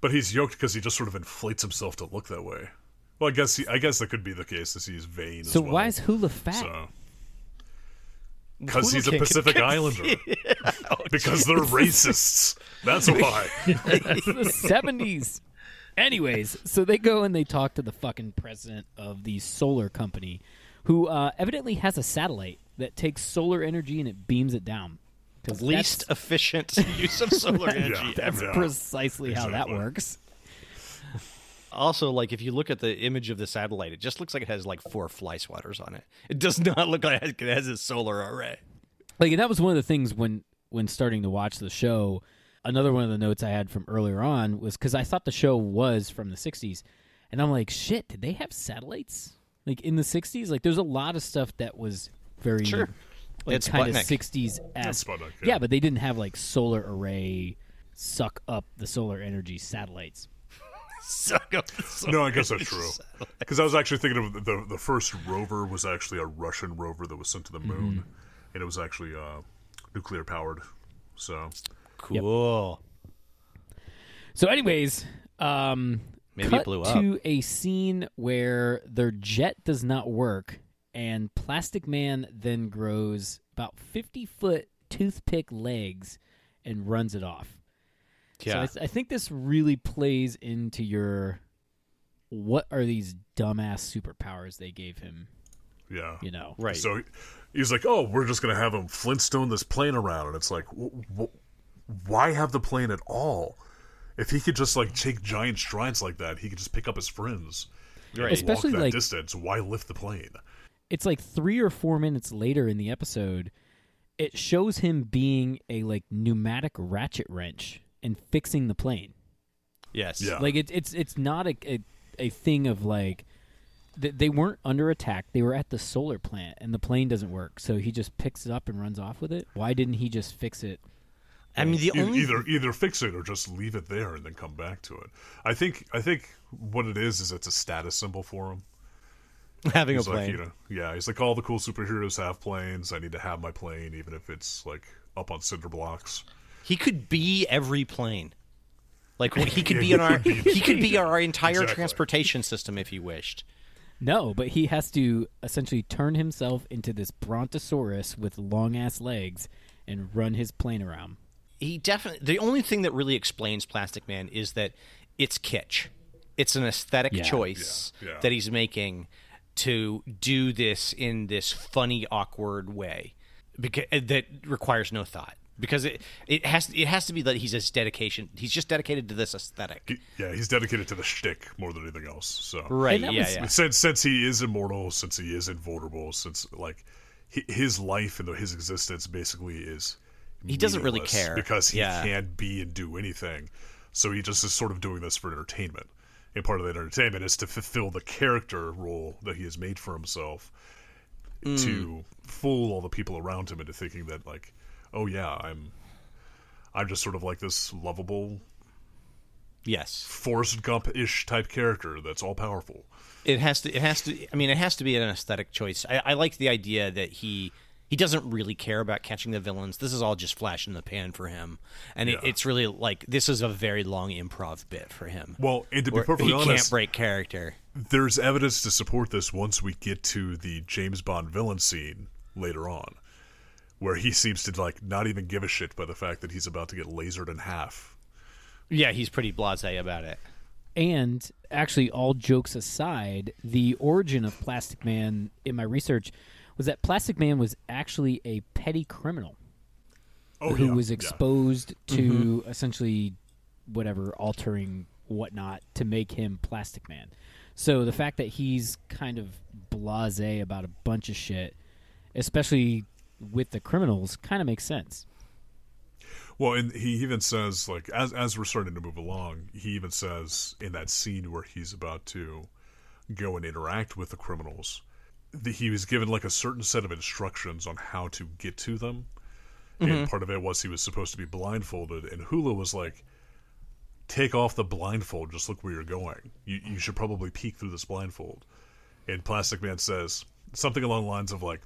A: But he's yoked because he just sort of inflates himself to look that way. Well, I guess he, I guess that could be the case. Is he's vain?
C: So
A: as well.
C: why is Hula fat?
A: So. Because
B: Hula
A: he's a
B: King can
A: Pacific Islander.
C: Oh,
A: because they're racists. That's why.
C: the seventies. Anyways, so they go and they talk to the fucking president of the solar company, who uh, evidently has a satellite that takes solar energy and it beams it down. 'Cause
B: least efficient use of solar energy
A: Yeah.
B: ever.
C: that's precisely how that
A: Exactly.
C: works.
B: Also, like if you look at the image of the satellite, it just looks like it has like four fly swatters on it. It does not look like it has a solar array.
C: Like, and that was one of the things when when starting to watch the show. Another one of the notes I had from earlier on was because I thought the show was from the '60s, and I'm like, shit, did they have satellites like in the '60s? Like, there's a lot of stuff that was very
B: Sure.
C: like
B: It's
C: kind of
B: Sputnik.
C: '60s esque.
A: Sputnik, yeah.
C: yeah. but they didn't have like solar array suck up the solar energy satellites.
B: So,
A: No, I guess that's true. Because I was actually thinking of the the first rover was actually a Russian rover that was sent to the moon,
C: Mm-hmm.
A: and it was actually uh, nuclear powered. So
B: cool.
C: So, anyways, um,
B: Maybe it
C: cut
B: blew
C: to a scene where their jet does not work, and Plastic Man then grows about fifty foot toothpick legs and runs it off. So I,
B: Yeah.
C: th- I think this really plays into your what are these dumbass superpowers they gave him
A: Yeah.
C: you know.
B: Right.
A: So he- he's like, "Oh, we're just gonna have him Flintstone this plane around," and it's like, w- w- "Why have the plane at all? If he could just like take giant strides like that, he could just pick up his friends,
B: Right.
A: and
C: Especially,
A: walk that
C: like-
A: distance. Why lift the plane?
C: It's like 3 or 4 minutes later in the episode it shows him being a like pneumatic ratchet wrench and fixing the plane.
B: Yes.
A: Yeah.
C: Like it, it's it's not a, a a thing of like th- they weren't under attack. They were at the solar plant, and the plane doesn't work. So he just picks it up and runs off with it. Why didn't he just fix it?
B: I mean, the
A: E-
B: only
A: either either fix it or just leave it there and then come back to it. I think I think what it is is it's a status symbol for him.
B: having a
A: He's like,
B: plane.
A: you know, yeah, he's like all the cool superheroes have planes. I need to have my plane, even if it's like up on cinder blocks.
B: He could be every plane. Like he could be in our he could be our entire
A: Exactly.
B: transportation system if he wished.
C: No, but he has to essentially turn himself into this brontosaurus with long ass legs and run his plane around.
B: He definitely the only thing that really explains Plastic Man is that it's kitsch. It's an aesthetic
C: Yeah.
B: choice
A: Yeah, yeah.
B: that he's making to do this in this funny awkward way because that requires no thought because it it has it has to be that he's his dedication he's just dedicated to this aesthetic.
A: He, yeah, he's dedicated to the shtick more than anything else. So
B: Right,
C: that
B: yeah,
C: was-
B: yeah.
A: since since he is immortal, since he is invulnerable, since like hi- his life and his existence basically is
B: He doesn't really
A: meaningless
B: care.
A: because he
B: Yeah.
A: can't be and do anything. So he just is sort of doing this for entertainment, and part of that entertainment is to fulfill the character role that he has made for himself
B: Hmm.
A: to fool all the people around him into thinking that like, oh yeah, I'm. I'm just sort of like this lovable
B: Yes.
A: Forrest Gump-ish type character that's all powerful.
B: it has to it has to i mean it has to be an aesthetic choice i, I like the idea that he he doesn't really care about catching the villains this is all just flash in the pan for him and it,
A: Yeah.
B: it's really like this is a very long improv bit for him
A: Well, and to be
B: Where
A: perfectly
B: he
A: honest,
B: can't break character
A: there's evidence to support this once we get to the James Bond villain scene later on, where he seems to like not even give a shit by the fact that he's about to get lasered in half.
B: yeah he's pretty blasé about it
C: And actually, all jokes aside, the origin of Plastic Man in my research was that Plastic Man was actually a petty criminal.
A: Oh,
C: who
A: yeah,
C: was
A: yeah. Mm-hmm.
C: exposed to essentially whatever altering whatnot to make him Plastic Man. So the fact that he's kind of blasé about a bunch of shit, especially with the criminals, kind of makes sense.
A: Well, and he even says like as as we're starting to move along, he even says in that scene where he's about to go and interact with the criminals, that he was given like a certain set of instructions on how to get to them. And part of it was he was supposed to be blindfolded, and Hula was like, "Take off the blindfold. Just look where you're going. You you should probably peek through this blindfold." And Plastic Man says something along the lines of like,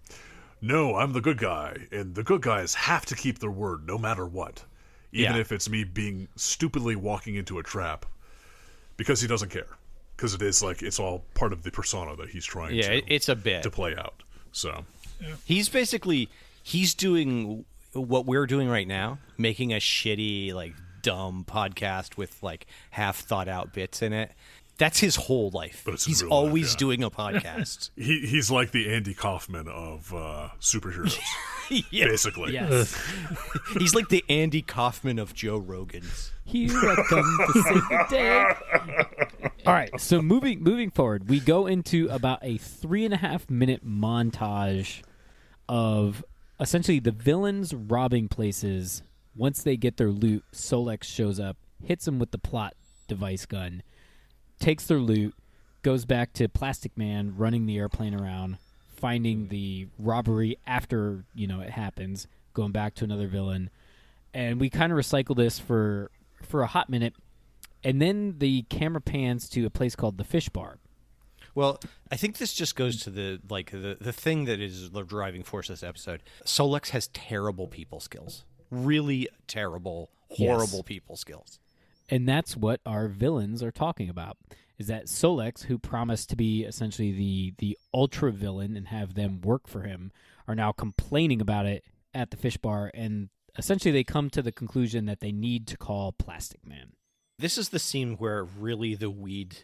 A: "No, I'm the good guy, and the good guys have to keep their word no matter what, even
B: Yeah.
A: if it's me being stupidly walking into a trap, because he doesn't care, because it is like it's all part of the persona that he's trying
B: yeah
A: to
B: it, it's a bit
A: to play out." So
B: he's basically he's doing what we're doing right now making a shitty like dumb podcast with like half thought out bits in it that's his whole life
A: it's in
B: he's
A: real life,
B: always
A: yeah.
B: doing a podcast
A: he he's like the Andy Kaufman of uh, superheroes,
B: yeah.
A: basically.
C: Yes,
B: he's like the andy kaufman of joe rogan's
C: here I come to save the day. All right, so moving moving forward, we go into about a three and a half minute montage of essentially the villains robbing places. Once they get their loot, Solex shows up, hits them with the plot device gun, takes their loot, goes back to Plastic Man running the airplane around, finding the robbery after, you know, it happens, going back to another villain. And we kind of recycle this for for a hot minute. And then the camera pans to a place called the Fish Bar.
B: well i think this just goes to the like the, the thing that is the driving force of this episode solex has terrible people skills really terrible horrible people skills
C: And that's what our villains are talking about. Is that Solex, who promised to be essentially the the ultra villain and have them work for him, are now complaining about it at the fish bar, and essentially they come to the conclusion that they need to call Plastic Man.
B: This is the scene where really the weed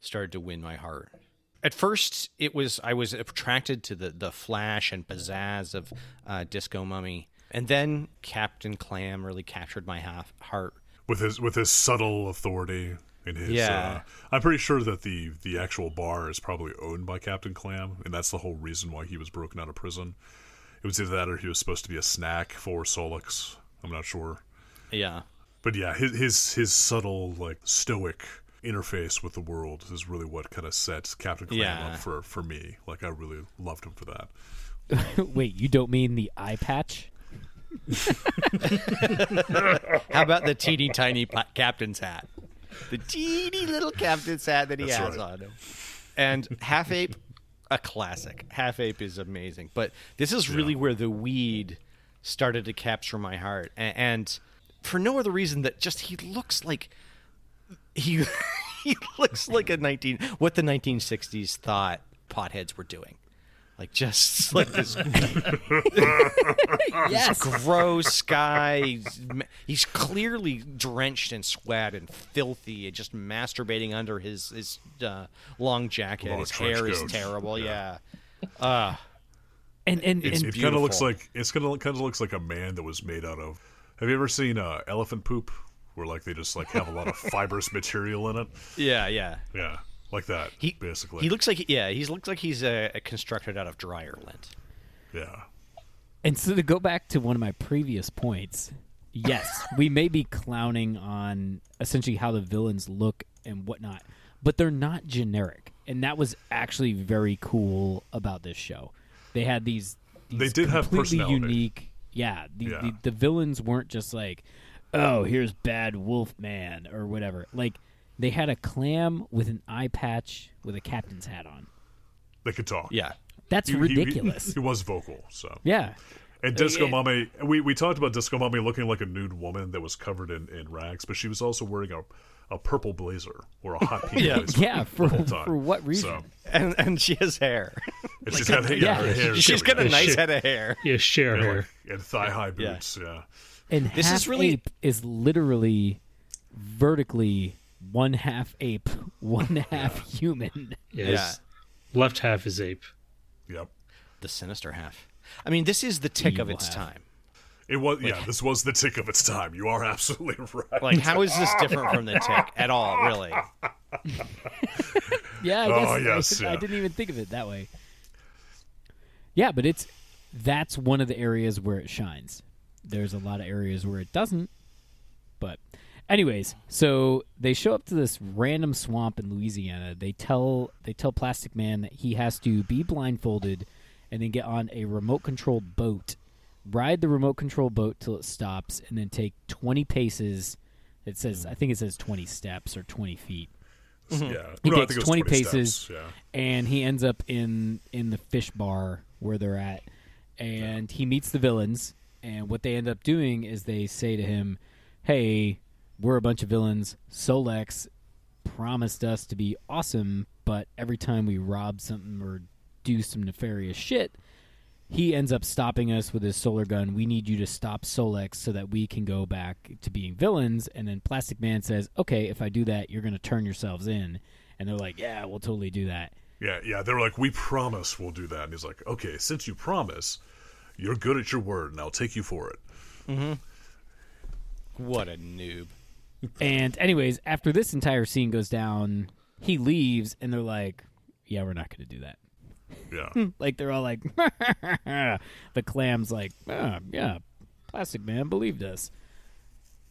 B: started to win my heart at first it was I was attracted to the the flash and pizzazz of uh, Disco Mummy, and then Captain Clam really captured my half heart.
A: with his with his subtle authority and his.
B: Yeah.
A: Uh, I'm pretty sure that the the actual bar is probably owned by Captain Clam, and that's the whole reason why he was broken out of prison. It was either that or he was supposed to be a snack for Solix. I'm not sure.
B: Yeah,
A: But yeah, his his his subtle like stoic interface with the world is really what kind of sets Captain Clam
B: Yeah.
A: up for for me. Like I really loved him for that.
C: Wait, you don't mean the eye patch?
B: how about the teeny tiny pa- captain's hat, the teeny little captain's hat that he
A: That's
B: has
A: right.
B: on him, and half ape, a classic. Half ape is amazing, but this is really where the weed started to capture my heart, A- and for no other reason that just he looks like he he looks like a 19 what the 1960s thought potheads were doing like just like this yes gross guy he's clearly drenched in sweat and filthy and just masturbating under his his uh, long jacket
A: Long
B: his
A: trench
B: hair is
A: coat.
B: terrible yeah,
C: And and,
A: It's,
C: and
A: it kind of looks
B: beautiful.
A: like it's kind of kind of looks like a man that was made out of. Have you ever seen uh, elephant poop, where like they just like have a lot of fibrous material in it?
B: yeah yeah
A: Yeah, like that.
B: he
A: basically.
B: he looks like yeah he looks like he's uh, constructed out of dryer lint
A: yeah.
C: And so to go back to one of my previous points, yes, we may be clowning on essentially how the villains look and whatnot, but they're not generic. And that was actually very cool about this show. They had these, these
A: They did have
C: completely
A: personality.
C: unique. Yeah the,
A: Yeah.
C: the the villains weren't just like, oh, here's bad wolf man or whatever. Like they had a clam with an eye patch with a captain's hat on.
A: They could talk.
B: yeah
C: That's
A: He- he- He,
C: ridiculous.
A: he was vocal, so.
C: yeah.
A: And Disco Mommy, we, we talked about Disco Mommy looking like a nude woman that was covered in, in rags, but she was also wearing a, a purple blazer or a hot pink
B: Yeah.
A: blazer.
C: Yeah, for
A: the whole time.
C: for what reason?
A: So,
B: and and she has hair
A: and she's got, yeah, her
C: yeah.
A: hair is
B: She's
A: coming
B: got a
A: out.
B: nice
D: Shit.
B: head of hair.
D: Yeah, share
A: Yeah,
D: her.
A: like- and thigh high
B: Yeah.
A: boots, yeah.
C: And
B: This
C: half
B: is really-
C: ape is literally vertically one half ape, one half human.
D: Yeah, his Left half is ape.
A: Yep.
B: The sinister half. I mean, this is the tick of
C: Evil
B: its
C: half.
B: time.
A: It was yeah, this was the tick of its time. You are absolutely right.
B: Like, how is this different from the tick at all, really?
C: Yeah, I
A: Oh,
C: guess I
A: yes,
C: didn't- I,
A: yeah.
C: didn't even think of it that way. Yeah, but it's that's one of the areas where it shines. There's a lot of areas where it doesn't. But anyways, so they show up to this random swamp in Louisiana. They tell they tell Plastic Man that he has to be blindfolded and then get on a remote control boat, ride the remote control boat till it stops, and then take twenty paces. It says I think it says twenty steps or twenty feet
A: yeah.
C: he
A: No, I think
C: takes
A: it was 20
C: 20,
A: steps,
C: paces
A: Yeah.
C: and he ends up in in the fish bar where they're at and he meets the villains and what they end up doing is they say to him hey we're a bunch of villains solex promised us to be awesome but every time we rob something or do some nefarious shit he ends up stopping us with his solar gun. We need you to stop Solex so that we can go back to being villains. And then Plastic Man says, "Okay, if I do that, you're going to turn yourselves in." And they're like, "Yeah, we'll totally do that."
A: Yeah, yeah. They were like, "We promise we'll do that." And he's like, "Okay, since you promise, you're good at your word, and I'll take you for it."
B: What a noob.
C: And anyways, after this entire scene goes down, he leaves, and they're like, "Yeah, we're not going to do that."
A: Yeah,
C: Like they're all like, the clam's like, "Ah, "Yeah, Plastic Man believed us,"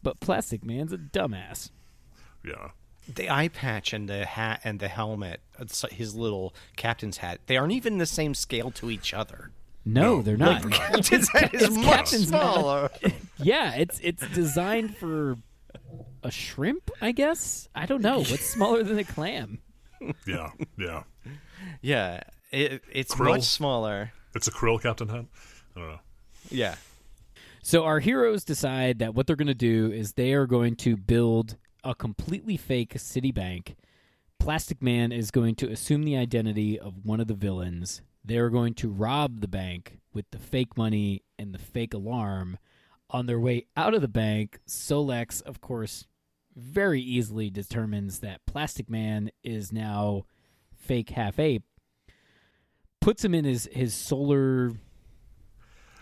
C: but Plastic Man's a dumbass.
A: yeah.
B: The eye patch and the hat and the helmet, it's his little captain's hat, they aren't even the same scale to each other.
C: No,
A: No,
C: they're
A: like,
C: not.
B: Captain's hat is much
C: captain's hat.
B: smaller.
C: Yeah, it's it's designed for a shrimp, I guess. I don't know. What's smaller than a clam?
A: Yeah, yeah.
B: Yeah, it, it's
A: Krill.
B: much smaller.
A: It's a krill, Captain Hunt. I don't know.
B: Yeah.
C: So our heroes decide that what they're going to do is they are going to build a completely fake city bank. Plastic Man is going to assume the identity of one of the villains. They are going to rob the bank with the fake money and the fake alarm. On their way out of the bank, Solex, of course, very easily determines that Plastic Man is now fake half ape, puts him in his his solar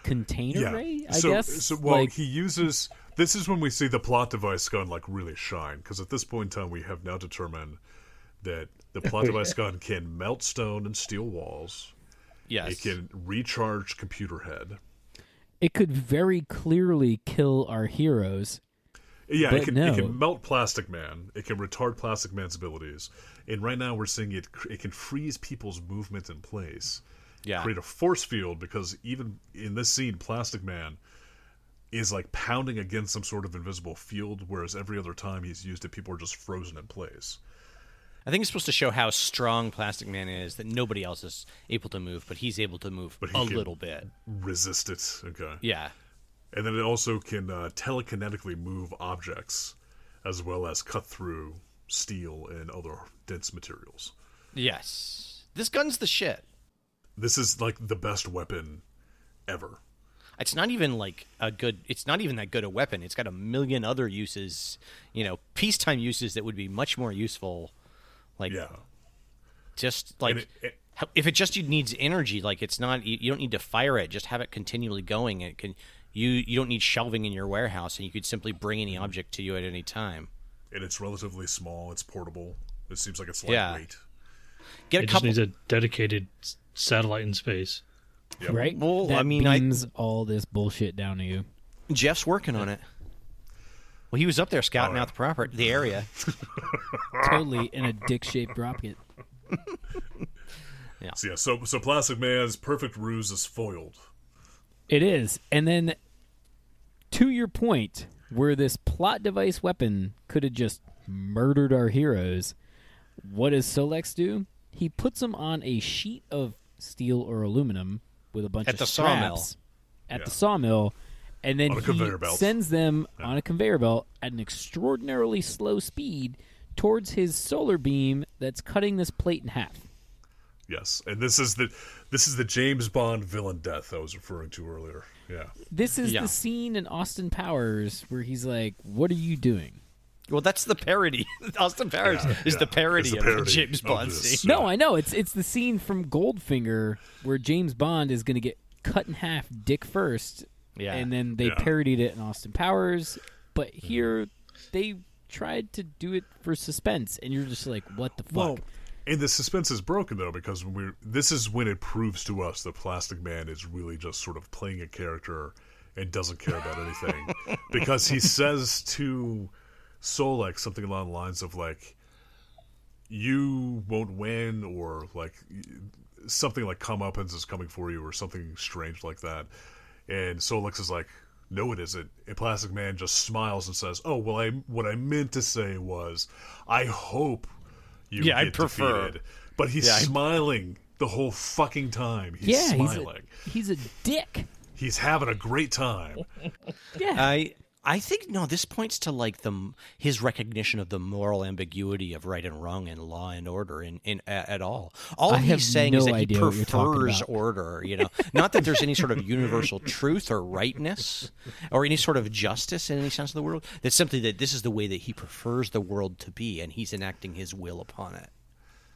C: container ray. I
A: so,
C: guess.
A: So, well,
C: Like,
A: he uses. This is when we see the plot device gun like really shine because at this point in time we have now determined that the plot device gun can melt stone and steel walls.
B: Yes.
A: It can recharge computer head.
C: it could very clearly kill our heroes.
A: Yeah,
C: But
A: it can
C: no.
A: it can melt Plastic Man. It can retard Plastic Man's abilities, and right now we're seeing it. cr- It can freeze people's movement in place.
B: Yeah.
A: create a force field because even in this scene, Plastic Man is like pounding against some sort of invisible field, whereas every other time he's used it, people are just frozen in place.
B: I think it's supposed to show how strong Plastic Man is that nobody else is able to move, but he's able to move
A: But he
B: a
A: can-
B: little bit.
A: Resist it, okay?
B: Yeah.
A: And then it also can uh, telekinetically move objects, as well as cut through steel and other dense materials.
B: Yes. This gun's the shit.
A: This is like the best weapon ever.
B: It's not even like a good. It's not even that good a weapon. It's got a million other uses. You know, peacetime uses that would be much more useful. Like
A: Yeah.
B: just like
A: it- it-
B: how- if it just needs energy, like it's not. You, you don't need to fire it. Just have it continually going. It can. You you don't need shelving in your warehouse, and you could simply bring
A: Mm-hmm.
B: any object to you at any time.
A: And it's relatively small, it's portable. It seems like it's
B: Yeah.
A: lightweight.
B: Get a
D: It just
B: couple.
D: needs a dedicated s- satellite in space.
C: Right?
B: Well,
C: that
B: I mean, I-
C: beams all this bullshit down to you.
B: Jeff's working on it. Well, he was up there scouting out the proper the area.
C: totally in a dick shaped rocket.
A: So yeah, so so Plastic Man's perfect ruse is foiled.
C: It is. And then to your point, where this plot device weapon could have just murdered our heroes, what does Solex do? He puts them on a sheet of steel or aluminum with a bunch
B: At
C: of
B: the sawmill.
C: straps at the sawmill, and then
A: On a
C: he
A: conveyor belt.
C: sends them on a conveyor belt at an extraordinarily slow speed towards his solar beam that's cutting this plate in half.
A: Yes, and this is the this is the James Bond villain death I was referring to earlier. Yeah,
C: This is
B: Yeah.
C: the scene in Austin Powers where he's like, "What are you doing?"
B: Well, that's the parody. Austin Powers
A: Yeah,
B: is
A: yeah.
B: the parody
A: It's the
B: of the
A: parody
B: James
A: of
B: Bond
A: this.
B: scene.
C: No, I know it's it's the scene from Goldfinger where James Bond is going to get cut in half, dick first.
B: Yeah. Mm-hmm.
C: and then they
A: Yeah.
C: parodied it in Austin Powers, but here they tried to do it for suspense, and you're just like, "What the fuck?"
A: well, and the suspense is broken though because when we're this is when it proves to us that Plastic Man is really just sort of playing a character and doesn't care about anything because he says to Solek something along the lines of like, "You won't win," or like something like comeuppance is coming for you or something strange like that. And Solix is like, no, it isn't. And Plastic Man just smiles and says, oh, well, I what I meant to say was, I hope you
B: Yeah, I
A: get
B: prefer.
A: defeated. But he's
B: Yeah, I-
A: smiling the whole fucking time. He's
C: yeah,
A: smiling.
C: he's a, he's a dick. Uh,
A: He's, having a great time.
C: Yeah,
B: I I think no. This points to like the m- his recognition of the moral ambiguity of right and wrong and law and order in, in a- at all. All
C: I
B: he's
C: have
B: saying is
C: no
B: that he
C: idea what you're talking
B: prefers
C: about.
B: order. You know, not that there's any sort of universal truth or rightness or any sort of justice in any sense of the world. That's simply that this is the way that he prefers the world to be, and he's enacting his will upon it.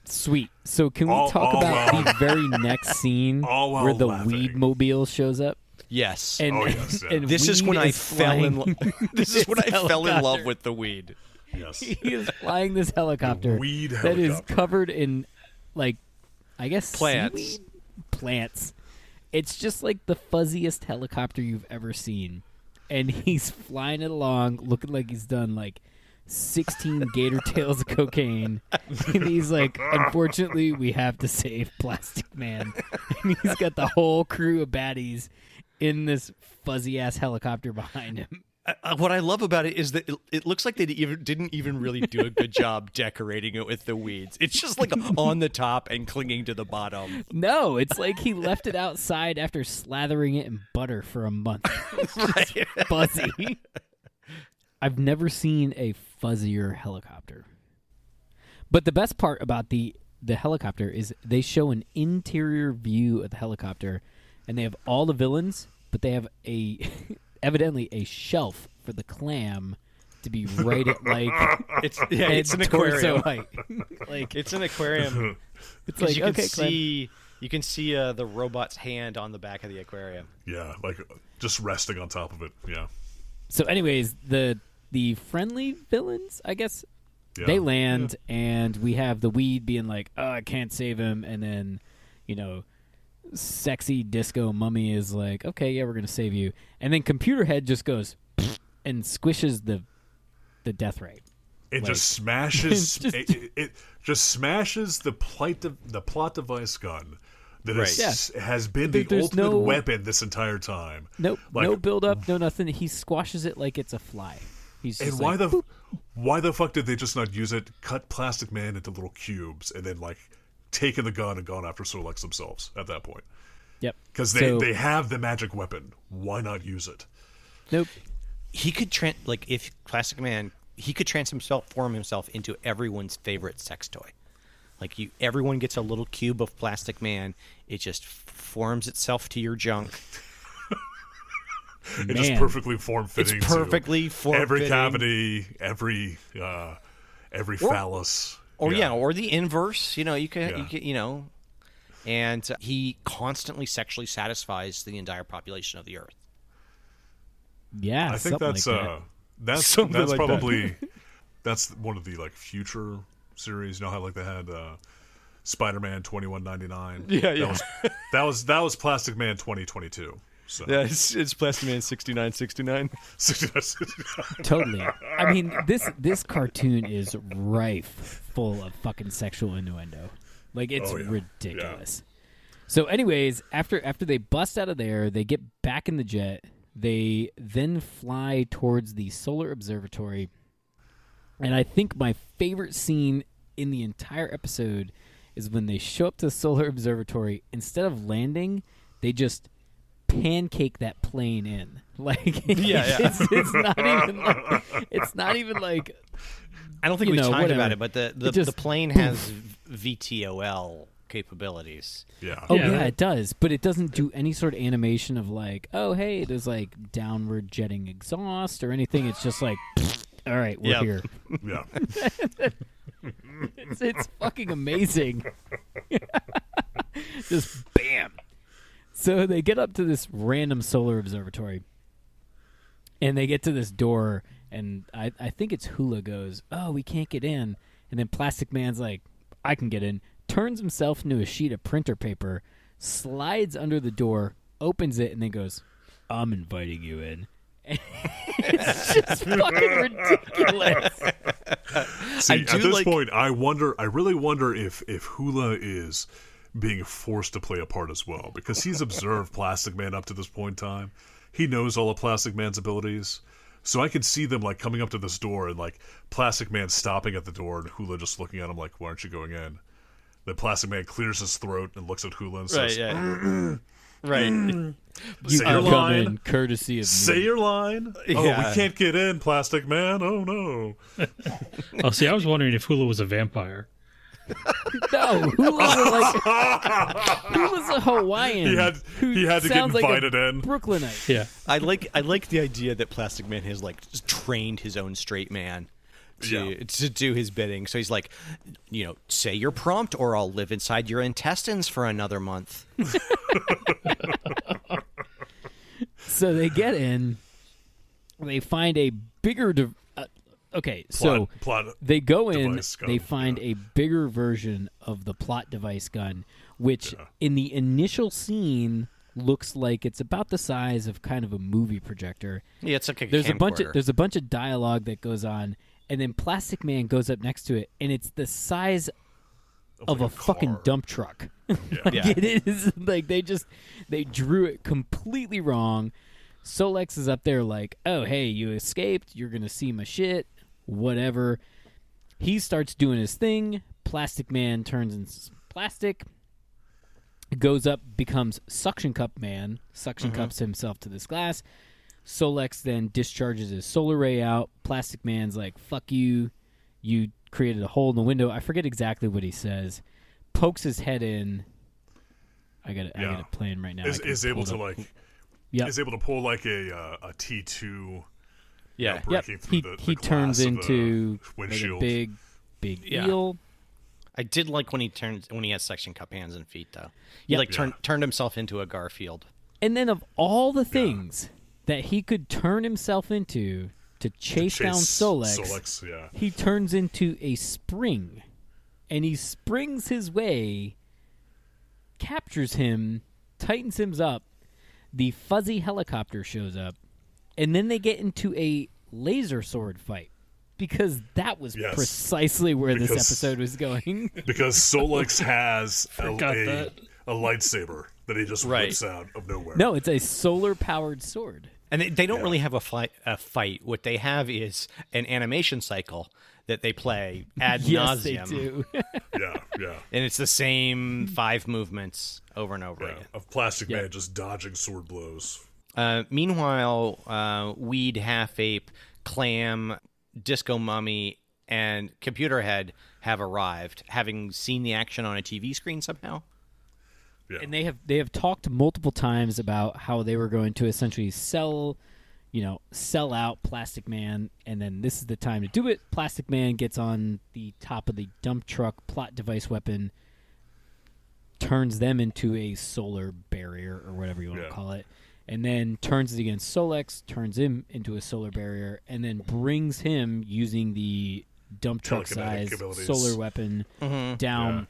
C: sweet. So can we
A: All-
C: talk
A: all
C: about
A: while-
C: the very next scene
A: all while
C: where the
A: laughing.
C: weed mobile shows up?
B: Yes.
C: And,
A: Oh, yes, yeah.
C: and
B: this is
C: weed
B: when I fell in.
C: flying-
B: Lo- this is when I fell in love
C: helicopter.
B: with the weed.
A: Yes.
C: he is flying this helicopter
A: Weed
C: that is
A: helicopter.
C: covered in like I guess
B: Plants.
C: seaweed? plants. It's just like the fuzziest helicopter you've ever seen. And he's flying it along looking like he's done like 16 gator tails of cocaine. And he's like, unfortunately, we have to save Plastic Man. And he's got the whole crew of baddies in this fuzzy ass helicopter behind him.
B: Uh, what I love about it is that it, it looks like they di- even, didn't even really do a good job decorating it with the weeds. It's just like on the top and clinging to the bottom.
C: No, it's like he left it outside after slathering it in butter for a month. It's just fuzzy. I've never seen a fuzzier helicopter. But the best part about the the helicopter is they show an interior view of the helicopter and they have all the villains, but they have a evidently a shelf for the clam to be right at like
B: It's yeah, it's an
C: at torso
B: aquarium.
C: height. like
B: It's an aquarium.
C: it's
B: 'cause
C: like
B: you can
C: okay, Clem.
B: see you can see uh, the robot's hand on the back of the aquarium.
A: Yeah, like just resting on top of it. Yeah.
C: So, anyways, the the friendly villains, I guess,
A: yeah.
C: they land, and we have the weed being like, "Oh, I can't save him," and then, you know, sexy disco mummy is like, "Okay, yeah, we're gonna save you," and then computer head just goes and squishes the the death ray.
A: It
C: like-
A: just smashes.
C: Just-
A: it, it, it just smashes the plight de- the plot device gun that is-
B: Right.
A: has, been
C: There-
A: the
C: there's
A: ultimate
C: no-
A: weapon this entire time.
C: Nope,
A: Like-
C: no build up, no nothing. He squashes it like it's a fly. He's just
A: And why
C: like,
A: the why the fuck did they just not use it? Cut Plastic Man into little cubes and then like taken the gun and gone after Snorlax themselves at that point
C: yep
A: because they
C: So-
A: they have the magic weapon. Why not use it?
C: nope
B: He could tran like if Plastic Man, he could transform himself into everyone's favorite sex toy. Like you, everyone gets a little cube of Plastic Man. It just forms itself to your junk.
A: It just
C: Man.
A: perfectly form fitting.
B: It's perfectly form-fitting.
A: every cavity, every uh, every phallus.
B: or yeah. or the inverse. You know, you can, you
A: Yeah.
B: can, you know, and uh, he constantly sexually satisfies the entire population of the Earth.
C: yeah
A: I think
C: something
A: that's
C: like that.
A: uh that's
D: Something
A: that's
D: like that.
A: probably that's one of the like future series. You know how like they had uh Spider Man twenty one ninety nine.
B: Yeah, yeah.
A: That was that was that was Plastic Man twenty twenty two. So
B: it's, it's Plastic Man sixty nine sixty nine.
C: totally. I mean, this this cartoon is rife full of fucking sexual innuendo. Like it's
A: Oh, yeah.
C: ridiculous. So, anyways, after after they bust out of there, they get back in the jet. They then fly towards the solar observatory. And I think my favorite scene in the entire episode is when they show up to the solar observatory. Instead of landing, they just pancake that plane in. Like,
B: yeah.
C: it's, it's not even like, it's not even like
B: I don't think
C: You
B: we've
C: know,
B: talked about
C: whatever.
B: it, but the the,
C: It just-
B: the plane has VTOL capabilities.
A: yeah.
C: Oh yeah.
D: Yeah.
C: it does, but it doesn't do any sort of animation of like, oh hey, there's like downward jetting exhaust or anything. It's just like, all right, we're
B: Yep.
C: here.
A: Yeah.
C: It's, it's fucking amazing. just bam. So they get up to this random solar observatory, and they get to this door, and I, I think it's Hula goes, oh, we can't get in, and then Plastic Man's like, I can get in, turns himself into a sheet of printer paper, slides under the door, opens it, and then goes, I'm inviting you in. it's just fucking ridiculous.
A: See,
B: do
A: at this
B: like-
A: point, I wonder. I really wonder if if Hula is being forced to play a part as well because he's observed Plastic Man up to this point in time. He knows all of Plastic Man's abilities, so I could see them like coming up to this door and like Plastic Man stopping at the door and Hula just looking at him like, "Why aren't you going in?" Then Plastic Man clears his throat and looks at Hula and says,
B: yeah. right.
A: "Say your
C: Come
A: line."
C: in courtesy of me.
A: Say your line. Oh,
B: Yeah.
A: we can't get in, Plastic Man. Oh no.
D: Oh, see, I was wondering if Hula was a vampire.
C: No, who was a, like who was a Hawaiian?
A: He had
C: who
A: he had to get
C: sounds like a
A: invited in.
C: Brooklynite.
D: Yeah.
B: I like I like the idea that Plastic Man has like just trained his own straight man to
A: Yeah.
B: to do his bidding. So he's like, you know, say your prompt or I'll live inside your intestines for another month.
C: So they get in. They find a bigger. De- uh, okay, so
A: plot, plot
C: they go in.
A: device gun,
C: They find a bigger version of the plot device gun, which in the initial scene looks like it's about the size of kind of a movie projector.
B: Yeah, it's like a
C: there's a bunch
B: camcorder.
C: of there's a bunch of dialogue that goes on and then plastic man goes up next to it and it's the size
A: like
C: of a
A: a
C: fucking
A: car.
C: dump truck Like,
B: Yeah.
C: it is like they just they drew it completely wrong solex is up there like oh hey you escaped you're gonna see my shit whatever he starts doing his thing plastic man turns into s- plastic goes up becomes suction cup man suction cups himself to this glass Solex then discharges his solar ray out. Plastic Man's like, fuck you. You created a hole in the window. I forget exactly what he says. Pokes his head in. I got it. I
A: Yeah.
C: got it playing right now. I
A: is,
C: can
A: is able
C: pull
A: to
C: it up.
A: like
C: Yep.
A: is able to pull like a uh, a T two
B: Yeah.
A: know,
C: Yep.
A: breaking through
C: He,
A: the, the
C: he turns
A: glass of the
C: into like a
A: windshield.
C: big, big
B: Yeah.
C: eel.
B: I did like when he turns when he has section cup hands and feet though. He like turned turned himself into a Garfield.
C: And then of all the things that he could turn himself into to chase,
A: Chase
C: down Solex,
A: Solex, yeah.
C: he turns into a spring, and he springs his way, captures him, tightens him up. The fuzzy helicopter shows up, and then they get into a laser sword fight because that was
A: Yes.
C: precisely where this
A: Because-
C: episode was going.
A: Because Solex has a,
D: Forgot
A: a-
D: that.
A: a lightsaber that he just
B: Right.
A: whips out of nowhere.
C: no, it's a solar powered sword.
B: And they, they don't really have a, fi- a fight. What they have is an animation cycle that they play ad
C: Yes,
B: nauseum,
C: they do.
A: Yeah, yeah.
B: and it's the same five movements over and over
A: yeah.
B: again.
A: Of Plastic Man just dodging sword blows.
B: Uh, meanwhile, uh, Weed, Half Ape, Clam, Disco Mummy, and Computer Head have arrived, having seen the action on a TV screen somehow.
A: Yeah.
C: and they have they have talked multiple times about how they were going to essentially sell you know sell out plastic man and then this is the time to do it plastic man gets on the top of the dump truck plot device weapon turns them into a solar barrier or whatever you want
A: Yeah.
C: to call it and then turns it against solex turns him into a solar barrier and then brings him using the dump truck
A: Telekinetic
C: size
A: abilities.
C: solar weapon down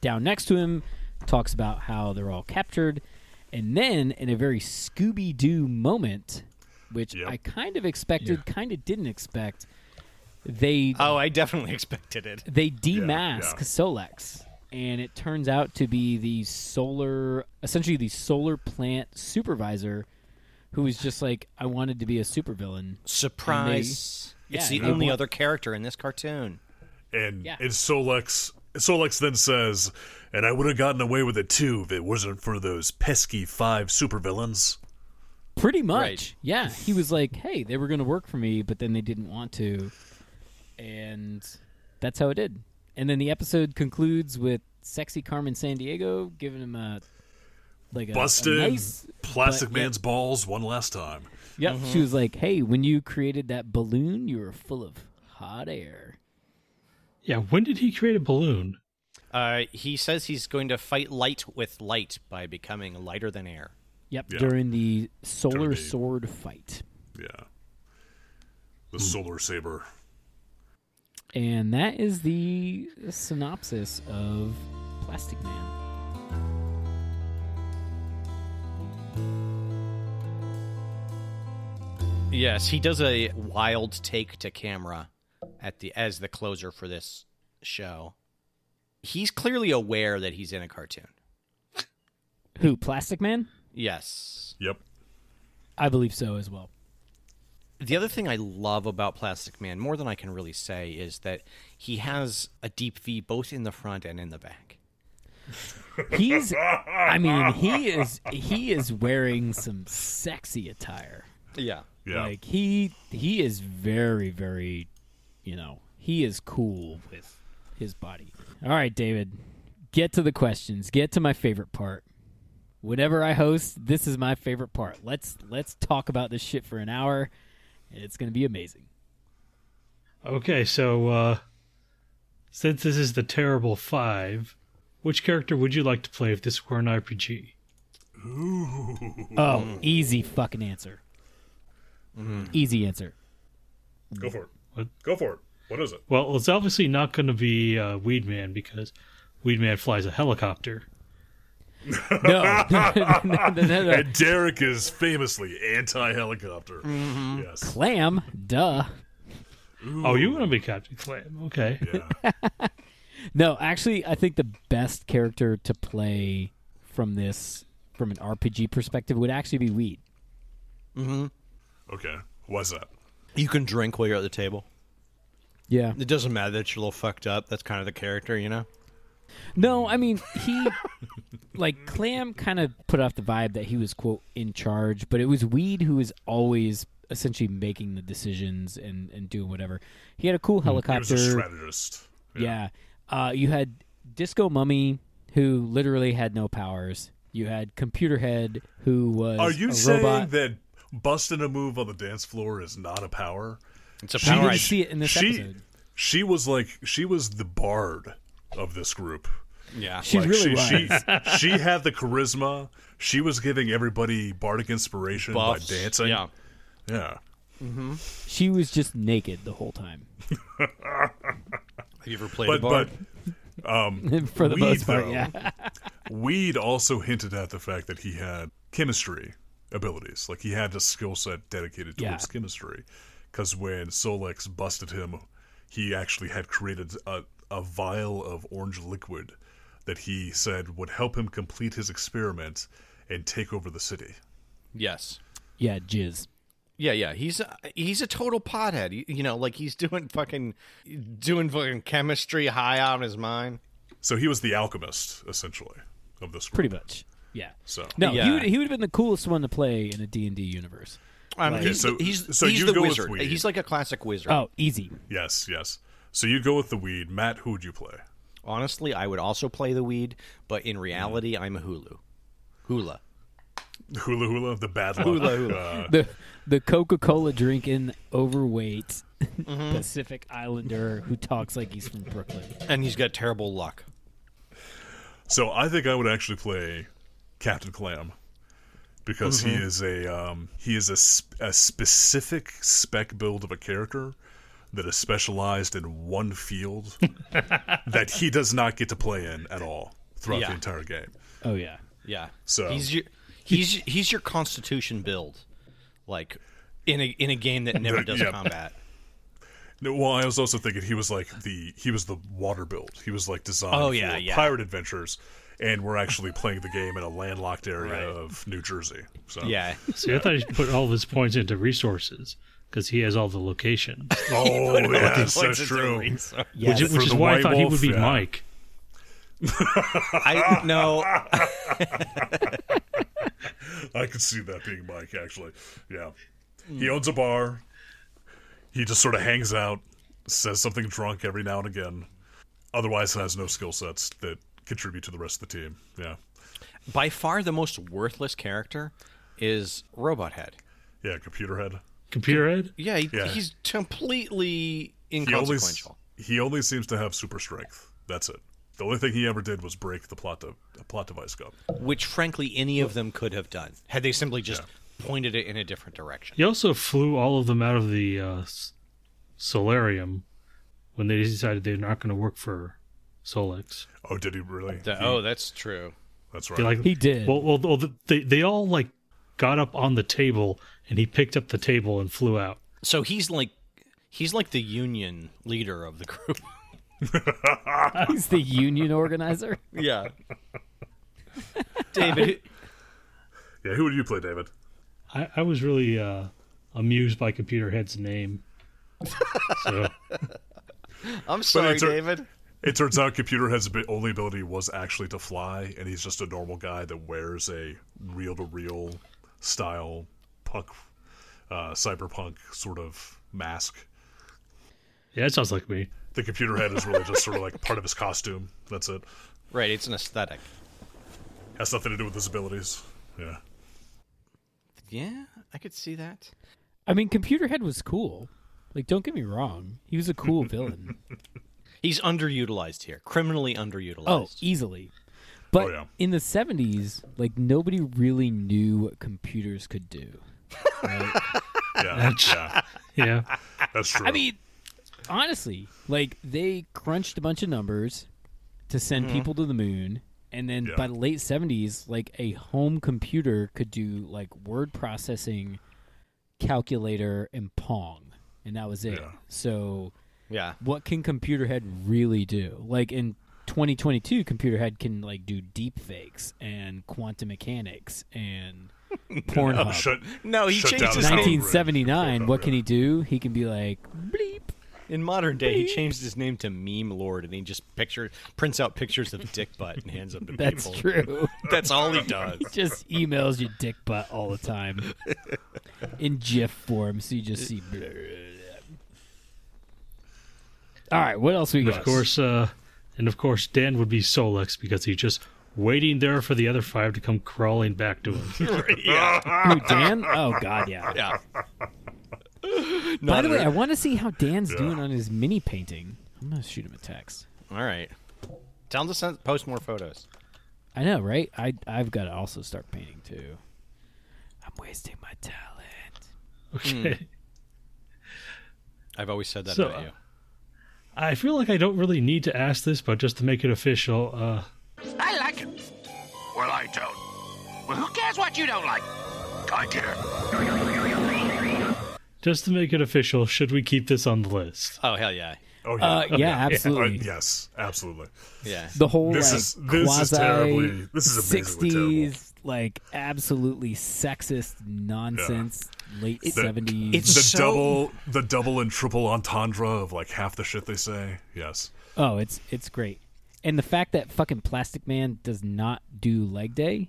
C: down next to him, talks about how they're all captured, and then in a very Scooby Doo moment, which
A: Yep.
C: I kind of expected, kind of didn't expect, they
B: Oh, I definitely expected it.
C: they
A: Uh, yeah.
C: demask Solex, and it turns out to be the solar, essentially the solar plant supervisor, who is just like, I wanted to be a supervillain.
B: Surprise! it's
C: yeah,
B: the
C: and they
B: only
C: want-
B: other character in this cartoon.
A: and
C: Yeah.
A: and Solex Solex then says, and I would have gotten away with it too if it wasn't for those pesky five supervillains.
C: Pretty much.
B: Right.
C: Yeah. He was like, hey, they were going to work for me, but then they didn't want to. And that's how it did. And then the episode concludes with sexy Carmen San Diego giving him a like a, a
A: Busted
C: nice
A: Plastic
C: but- yeah.
A: Man's balls one last time.
C: Yep. She was like, "Hey, when you created that balloon, you were full of hot air."
D: Yeah, when did he create a balloon?
B: Uh, he says he's going to fight light with light by becoming lighter than air.
C: Yep.
A: Yeah.
C: During the solar
A: During the-
C: sword fight.
A: Yeah.
C: Hmm.
A: The solar saber.
C: And that is the synopsis of Plastic Man.
B: Yes, he does a wild take to camera at the as the closer for this show. He's clearly aware that he's in a cartoon.
C: Who? Plastic Man?
B: Yes.
A: Yep.
C: I believe so as well.
B: The other thing I love about Plastic Man, more than I can really say, is that he has a deep V both in the front and in the back.
C: He's I mean, he is he is wearing some sexy attire.
B: Yeah.
A: Yeah.
C: Like he he is very very, you know, he is cool with his body. All right, David. Get to the questions. Get to my favorite part. Whenever I host, this is my favorite part. Let's let's talk about this shit for an hour. and It's going to be amazing.
D: Okay, so uh since this is the terrible five, which character would you like to play if this were an RPG?
C: Oh, easy fucking answer. Easy answer.
A: Go for it.
D: What?
A: Go for it. What is it?
D: Well, it's obviously not going to be uh, Weedman because Weedman flies a helicopter.
C: No. no, no, no, no, no.
A: And Derek is famously anti helicopter.
C: Mm-hmm.
A: Yes.
C: Clam, duh.
D: Oh, you want to be Captain Clam? Okay.
A: Yeah.
C: No, actually, I think the best character to play from this, from an RPG perspective, would actually be Weed.
A: Okay. Why's that?
B: You can drink while you're at the table.
C: Yeah.
B: It doesn't matter that you're a little fucked up. That's kind of the character, you know?
C: No, I mean he, like Clam, kind of put off the vibe that he was quote in charge, but it was Weed who was always essentially making the decisions and and doing whatever. He had a cool
A: Mm, He was
C: helicopter.
A: a strategist.
C: Yeah. Uh, you had Disco Mummy, who literally had no powers. You had Computer Head, who was
A: Are you
C: a
A: saying
C: robot.
A: that busting a move on the dance floor is not a power.
B: It's a
C: You
B: power.
C: didn't
B: I,
C: see it in this
A: she,
C: episode.
A: she was like she was the bard of this group.
B: yeah.
C: She
A: Like,
C: really
A: she,
C: was.
A: She, she had the charisma. She was giving everybody bardic inspiration
B: Buffs.
A: by dancing.
B: Yeah.
A: yeah.
C: She was just naked the whole time.
B: Have you ever played a
A: But
B: bard?
A: but
C: For the
A: We,
C: most part,
A: though,
C: yeah.
A: Weed also hinted at the fact that he had chemistry abilities. Like he had a skill set dedicated
C: Yeah.
A: towards chemistry. Because when Solex busted him, he actually had created a, a vial of orange liquid that he said would help him complete his experiment and take over the city.
B: yes.
C: Yeah, jizz.
B: Yeah, yeah. He's a, he's a total pothead. You, you know, like he's doing fucking doing fucking chemistry high out of his mind.
A: So he was the alchemist, essentially, of this group.
C: Pretty much. Yeah.
A: So
C: No,
B: Yeah.
C: he would, he would have been the coolest one to play in a D&D universe.
B: I mean,
A: Okay,
B: he's,
A: so-
B: he's,
A: so
B: he's
A: you
B: the
A: go with
B: wizard.
A: Weed.
B: He's like a classic wizard.
C: Oh, easy.
A: yes, yes. So you go with the weed. Matt, who would you play?
B: Honestly, I would also play the weed, but in reality, I'm a hulu. Hula.
A: Hula hula, the bad luck.
B: Hula hula.
A: uh,
C: The the Coca-Cola drinking overweight Mm-hmm. Pacific Islander who talks like he's from Brooklyn.
B: And he's got terrible luck.
A: So I think I would actually play Captain Clam because
B: Mm-hmm.
A: he is a um, he is a, sp- a specific spec build of a character that is specialized in one field that he does not get to play in at all throughout
B: Yeah.
A: the entire game.
C: Oh yeah.
B: Yeah.
A: So-
B: he's your he's he's your constitution build, like in a in a game that never does
A: Yeah.
B: combat.
A: No, well, I was also thinking he was like the he was the water build. He was like designed
B: Oh,
A: for
B: yeah, yeah.
A: pirate adventures, and we're actually playing the game in a landlocked area
B: Right.
A: of New Jersey. So
B: Yeah.
D: See, I thought he put all of his points into resources because he has all the locations,
A: oh yeah,
B: Like,
A: that's so
B: it's a
A: true.
B: reason.
C: Yes.
D: which,
A: For
D: which is
A: the
D: why
A: White
D: I thought he
A: Wolf,
D: would be
A: yeah.
D: Mike.
B: I no.
A: I could see that being Mike, actually. Yeah. He owns a bar. He just sort of hangs out, says something drunk every now and again. Otherwise, has no skill sets that contribute to the rest of the team. Yeah.
B: By far the most worthless character is Robot Head.
A: Yeah, computer head.
D: Computer Ed?
B: Yeah, he,
A: Yeah.
B: he's completely
A: He only,
B: inconsequential.
A: he only seems to have super strength. That's it. The only thing he ever did was break the plot, de- plot device cup.
B: which frankly any of them could have done had they simply just pointed it in a different direction.
D: He also flew all of them out of the uh, s- solarium when they decided they're not going to work for Solex.
A: Oh, did he really?
B: The- oh, that's true.
A: That's
D: They
A: right.
D: like
C: He did.
D: Well, well, well they they all like got up on the table and he picked up the table and flew out.
B: So he's like he's like the union leader of the group.
C: He's the union organizer.
B: yeah. David,
A: yeah, who would you play, David?
D: I, I was really uh, amused by Computer Head's name. so
B: I'm sorry,
A: it's a-
B: David.
A: It turns out Computer Head's abi- only ability was actually to fly, and he's just a normal guy that wears a reel to reel style punk, uh, cyberpunk sort of mask.
D: yeah, that sounds like me.
A: The Computer Head is really just sort of like part of his costume. That's it.
B: Right, it's an aesthetic.
A: Has nothing to do with his abilities. Yeah.
B: Yeah, I could see that.
C: I mean, Computerhead was cool. Like, don't get me wrong. He was a cool villain.
B: He's underutilized here, criminally
C: Oh,
B: underutilized.
C: easily. But
A: Oh, yeah.
C: in the 70s, like, nobody really knew what computers could do.
A: Yeah. yeah.
D: Yeah,
A: That's true.
C: I mean, honestly, like, they crunched a bunch of numbers to send people to the moon. And then
A: Mm-hmm. Yeah.
C: by the late 70s, like, a home computer could do, like, word processing, calculator, and Pong. And that was it.
A: Yeah.
C: So.
B: yeah.
C: what can computer head really do like in 2022 computer head can like do deep fakes and quantum mechanics and pornhub
A: Uh, shut,
B: No, he
A: shut
B: changed
A: down
B: his
A: power
B: name.
A: grid.
C: 1979 what
A: Yeah.
C: can he do he can be like bleep
B: In modern day, he changed his name to Meme Lord, and he just picture prints out pictures of dick butt and hands them to
C: that's
B: people.
C: true
B: That's all he does.
C: just emails you dick butt all the time in gif form so you just see all right what else we got
D: of course. Uh, and of course, Dan would be Solex because he just waiting there for the other five to come crawling back to him.
B: yeah,
C: Who, Dan? Oh God, yeah.
B: yeah.
C: By
B: Not
C: the way,
B: at
C: I want to see how Dan's
A: Yeah.
C: doing on his mini painting. I'm gonna shoot him a text.
B: all all right. Tell them to send, post more photos.
C: I know, right? I I've got to also start painting too. I'm wasting my talent.
D: Okay.
B: I've always said that
D: So,
B: about you.
D: I feel like I don't really need to ask this, but just to make it official, uh,
E: I like it. Well, I don't. Well, who cares what you don't like? I care.
D: just to make it official, should we keep this on the list?
B: Oh hell yeah,
A: Oh yeah.
C: Uh, yeah,
A: Uh,
C: absolutely.
A: yes, absolutely.
B: yeah.
C: The whole
A: This
C: like,
A: is- this is
C: quasi-
A: terribly- this is amazingly terrible.
C: 60s, like absolutely sexist nonsense. Late
A: That-
C: 70s.
B: it's-
A: The
B: So-
A: double, the double and triple entendre of like half the shit they say. Yes.
C: oh, it's it's great. And the fact that fucking Plastic Man does not do leg day,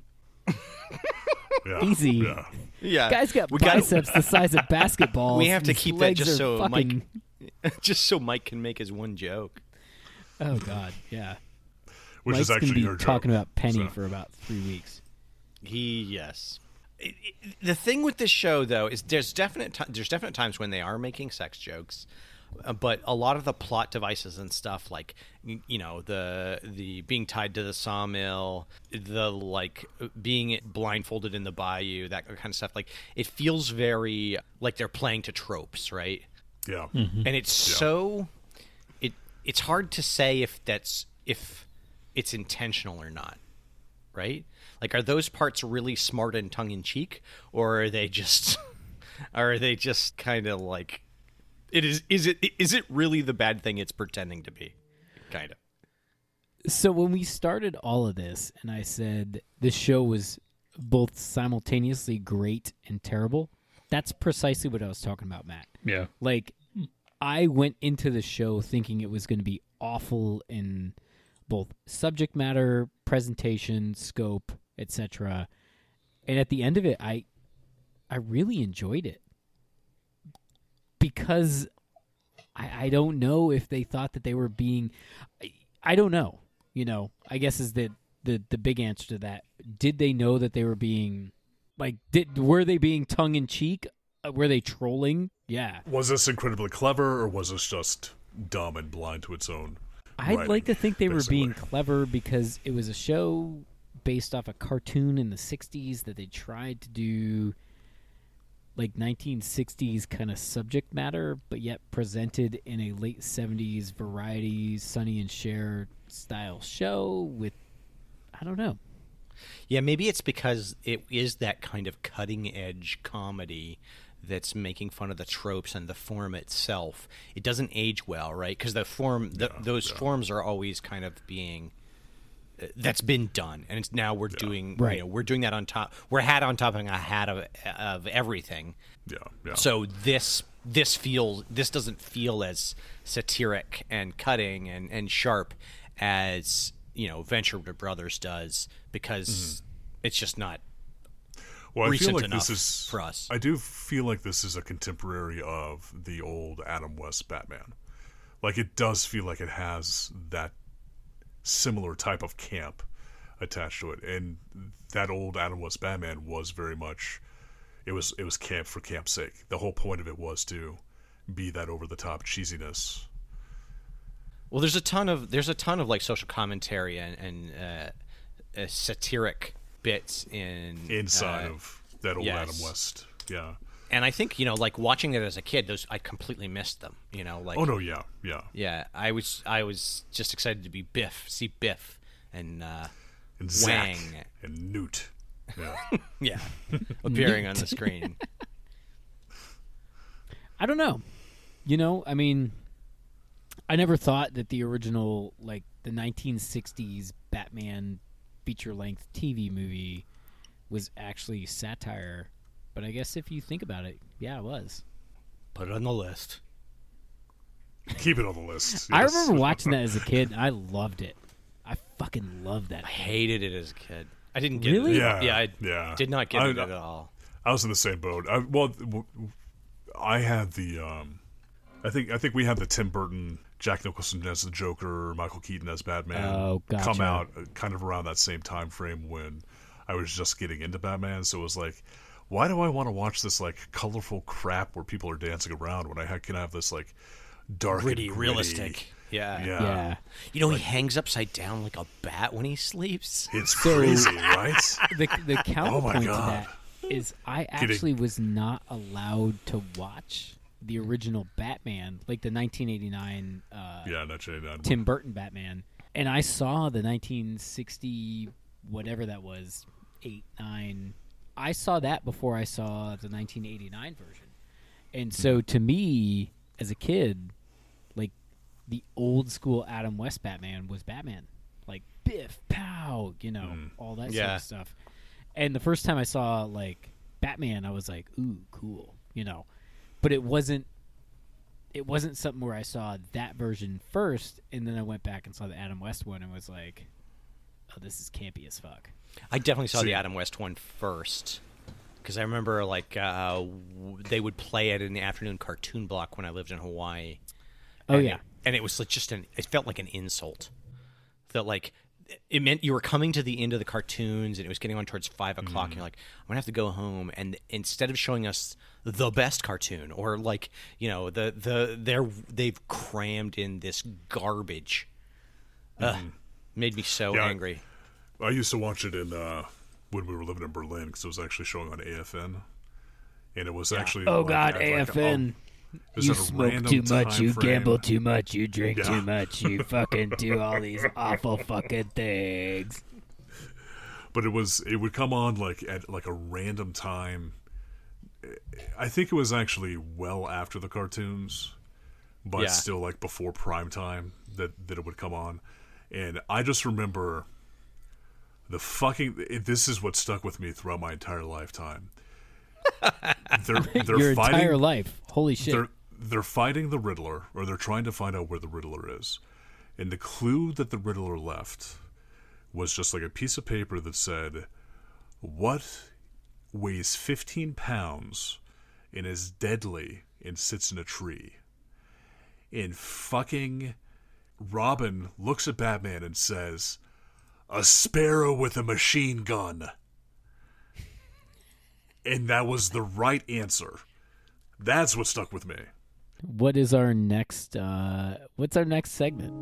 A: Yeah.
C: Easy.
A: Yeah.
B: Yeah,
C: guys got
B: we gotta-
C: biceps the size of basketballs.
B: We have to
C: and his
B: keep that
C: legs
B: just
C: are
B: so
C: fucking,
B: Mike just so Mike can make his one joke.
C: Oh God, yeah.
A: Which
C: Mike's
A: is actually
C: gonna be
A: your joke.
C: talking about Penny
A: so.
C: for about three weeks.
B: He yes. It- it- the thing with this show though is there's definite ti there's definite times when they are making sex jokes, uh, but a lot of the plot devices and stuff like y- you know the the being tied to the sawmill, the like being blindfolded in the bayou, that kind of stuff. Like it feels very like they're playing to tropes, right?
A: Yeah.
C: Mm-hmm.
B: and it's so it it's hard to say if that's if it's intentional or not right like are those parts really smart and tongue in cheek or are they just are they just kind of like it is is it is it really the bad thing it's pretending to be kind of
C: So when we started all of this, and I said this show was both simultaneously great and terrible, that's precisely what I was talking about, Matt.
D: Yeah.
C: Like, I went into the show thinking it was going to be awful in both subject matter, presentation, scope, etc. And at the end of it, I I really enjoyed it because I, I don't know if they thought that they were being. I, I don't know. You know, I guess is the, the the big answer to that. Did they know that they were being like? Did were they being tongue in cheek? Uh, were they trolling? Yeah,
A: Was this incredibly clever, or was this just dumb and blind to its own?
C: I'd
A: Right,
C: like to think they
A: basically.
C: were being clever because it was a show based off a cartoon in the 60s that they tried to do like 1960s kind of subject matter but yet presented in a late 70s variety Sonny and Cher style show with I don't know.
B: yeah maybe it's because it is that kind of cutting edge comedy that's making fun of the tropes and the form itself it doesn't age well right because the form the, those forms are always kind of being uh, that's been done and it's now we're doing
C: Right.
B: you know, we're doing that on top we're hat on top of a hat of, of everything
A: Yeah. Yeah.
B: so this this feels this doesn't feel as satiric and cutting and and sharp as you know venture brothers does because it's just not
A: well, I
B: recent
A: feel like
B: enough
A: this is
B: for us.
A: I do feel like this is a contemporary of the old Adam West Batman. Like it does feel like it has that similar type of camp attached to it, and that old Adam West Batman was very much. It was it was camp for camp's sake. The whole point of it was to be that over the top cheesiness.
B: Well, there's a ton of there's a ton of like social commentary and, and uh, uh, satiric bits in
A: inside
B: uh,
A: of that old Adam
B: yes.
A: West. Yeah.
B: and I think you know, like watching it as a kid, those I completely missed them. You know, like
A: Oh no, yeah, yeah.
B: yeah, I was I was just excited to be Biff, see Biff, and uh,
A: And Zack
B: Wang.
A: and Newt. Yeah.
B: yeah, appearing on the screen.
C: I don't know. You know, I mean, I never thought that the original, like the 1960s Batman feature length TV movie was actually satire. But I guess if you think about it, yeah, it was.
B: Put it on the list.
A: Keep it on the list.
C: I
A: yes.
C: remember watching that as a kid. And I loved it. I fucking loved that.
B: Hated it as a kid. I didn't get
C: Really?
B: it.
A: Yeah,
B: yeah, I
A: yeah.
B: did not get
A: I-
B: it at all.
A: I was in the same boat. I, well, w- w- I had the. Um, I think I think we had the Tim Burton Jack Nicholson as the Joker, Michael Keaton as Batman
C: Oh, gotcha.
A: come out uh, kind of around that same time frame when I was just getting into Batman. So it was like, why do I want to watch this like colorful crap where people are dancing around when I ha- can have this like dark, and
B: Gritty, realistic. Yeah.
A: Yeah,
C: Yeah.
B: You know, he hangs upside down like a bat when he sleeps.
A: it's crazy, right?
C: The, the counterpoint to
A: God.
C: that is I actually was not allowed to watch the original Batman, like the 1989 uh,
A: Yeah, not Jane. I'd-
C: Tim Burton Batman, and I saw the 1960 whatever that was, eight nine. I saw that before I saw the 1989 version, and so to me, as a kid, like the old school Adam West Batman was Batman, like Biff Pow, you know,
A: Mm.
C: all that sort
B: Yeah.
C: of stuff. And the first time I saw like Batman, I was like, ooh, cool, you know, but it wasn't it wasn't something where I saw that version first, and then I went back and saw the Adam West one and was like, "Oh, this is campy as fuck."
B: I definitely saw
A: See-
B: the Adam West one first because I remember like uh, w- they would play it in the afternoon cartoon block when I lived in Hawaii.
C: Oh
B: and
C: yeah,
B: it, and it was like just an it felt like an insult. Felt like it meant you were coming to the end of the cartoons and it was getting on towards five o'clock
C: Mm.
B: and you're like i'm gonna have to go home and instead of showing us the best cartoon or like you know the the they're they've crammed in this garbage
C: Mm-hmm.
B: Ugh, made me so
A: Yeah.
B: angry
A: I used to watch it in uh, when we were living in Berlin because it was actually showing on AFN, and it was actually
C: Oh
A: like,
C: God,
A: at, like, a-
C: AFN.
A: it was
C: you
A: at a
C: smoke
A: random
C: too much.
A: time
C: You
A: frame.
C: gamble too much. You drink
A: Yeah.
C: too much. You fucking do all these awful fucking things.
A: but it was it would come on like at like a random time. I think it was actually well after the cartoons, but
B: Yeah.
A: still like before prime time that that it would come on, and I just remember the fucking. it- This is what stuck with me throughout my entire lifetime. They're they're
C: Your
A: fighting
C: entire life. Holy shit.
A: they're they're fighting the Riddler, or they're trying to find out where the Riddler is. And the clue that the Riddler left was just like a piece of paper that said, "What weighs 15 pounds and is deadly and sits in a tree?" And fucking Robin looks at Batman and says, "A sparrow with a machine gun." And that was the right answer. That's what stuck with me.
C: What is our next? uh What's our next segment?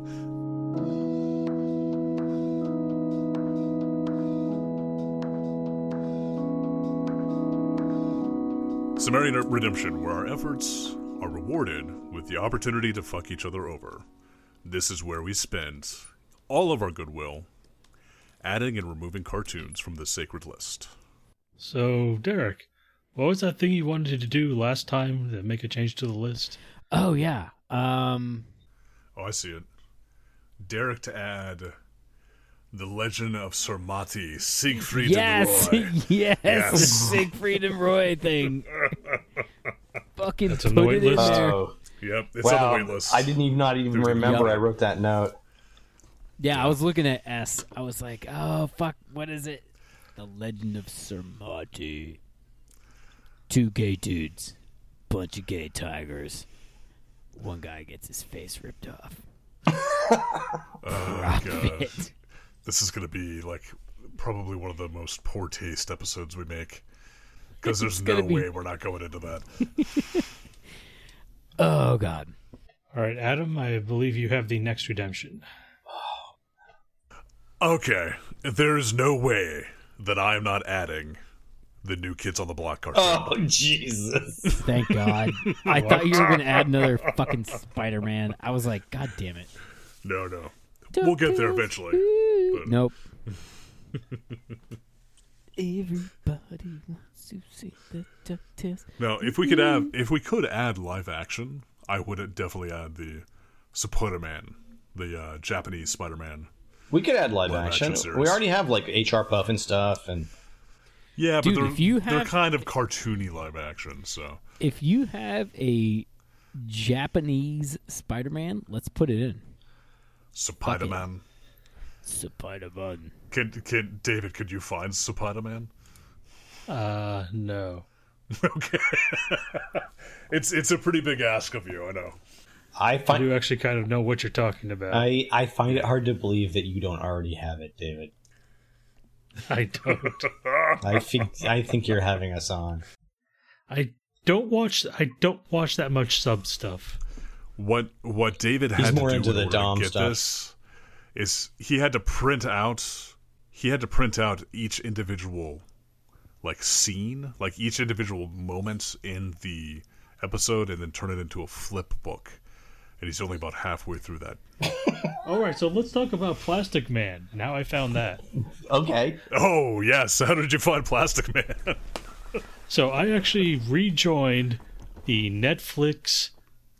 A: Sumerian Redemption, where our efforts are rewarded with the opportunity to fuck each other over. This is where we spend all of our goodwill adding and removing cartoons from the sacred list.
D: So, Derek, what was that thing you wanted to do last time to make a change to the list?
C: Oh yeah. Um.
A: Oh, I see it. Derek to add The Legend of Sarmati, Siegfried
C: Yes,
A: and Roy.
C: yes, the
A: Yes.
C: Siegfried and Roy thing. Fucking
D: That's on
C: put
D: the
C: it
D: wait
C: in
D: list.
C: there.
F: Oh,
A: Yep, it's
F: wow.
A: on the wait list.
F: I didn't even not even
A: There's-
F: remember
C: Yeah.
F: I wrote that note.
C: Yeah, I was looking at S. I was like, oh fuck, what is it? The Legend of Sermati. Two gay dudes, bunch of gay tigers. One guy gets his face ripped off.
A: God. This is going to be like probably one of the most poor taste episodes we make. Because there's no
C: gonna be-
A: way we're not going into that.
C: Oh god.
D: All right, Adam, I believe you have the next redemption.
A: Okay, there is no way that I am not adding the new Kids on the Block cartoon.
F: Oh Jesus!
C: Thank God. I thought you were gonna add another fucking Spider Man. I was like, God damn it.
A: No, no, we'll get there eventually. But
C: Nope. Everybody wants to see the DuckTales.
A: no, if we could have, if we could add live action, I would definitely add the Spider Man, the uh, Japanese Spider Man.
F: We could add live
A: Live action
F: action.
A: series.
F: We already have like HR Puff and stuff, and
A: Yeah,
C: Dude,
A: but they're
C: if you
A: they're
C: have-
A: kind of cartoony live action. So
C: If you have a Japanese Spider-Man, let's put it in.
A: Spider Man,
C: Spider-Man.
A: could could David? Could you find Spider Man?
D: Uh, no.
A: Okay, it's it's a pretty big ask of you. I know.
F: I
D: I
F: find
D: do actually kind of know what you're talking about. I,
F: I, I find it hard to believe that you don't already have it, David.
D: don't.
F: I think I think you're having us on.
D: I don't watch. I don't watch that much sub stuff.
A: What what David
F: He's
A: had
F: more
A: to do
F: into
A: in
F: the
A: order to
F: Dom
A: get
F: stuff.
A: this is he had to print out he had to print out each individual like scene, like each individual moment in the episode and then turn it into a flip book. And he's only about halfway through that.
D: All right, so let's talk about Plastic Man. Now I found that.
F: Okay.
A: Oh yes, how did you find Plastic Man?
D: So I actually rejoined the Netflix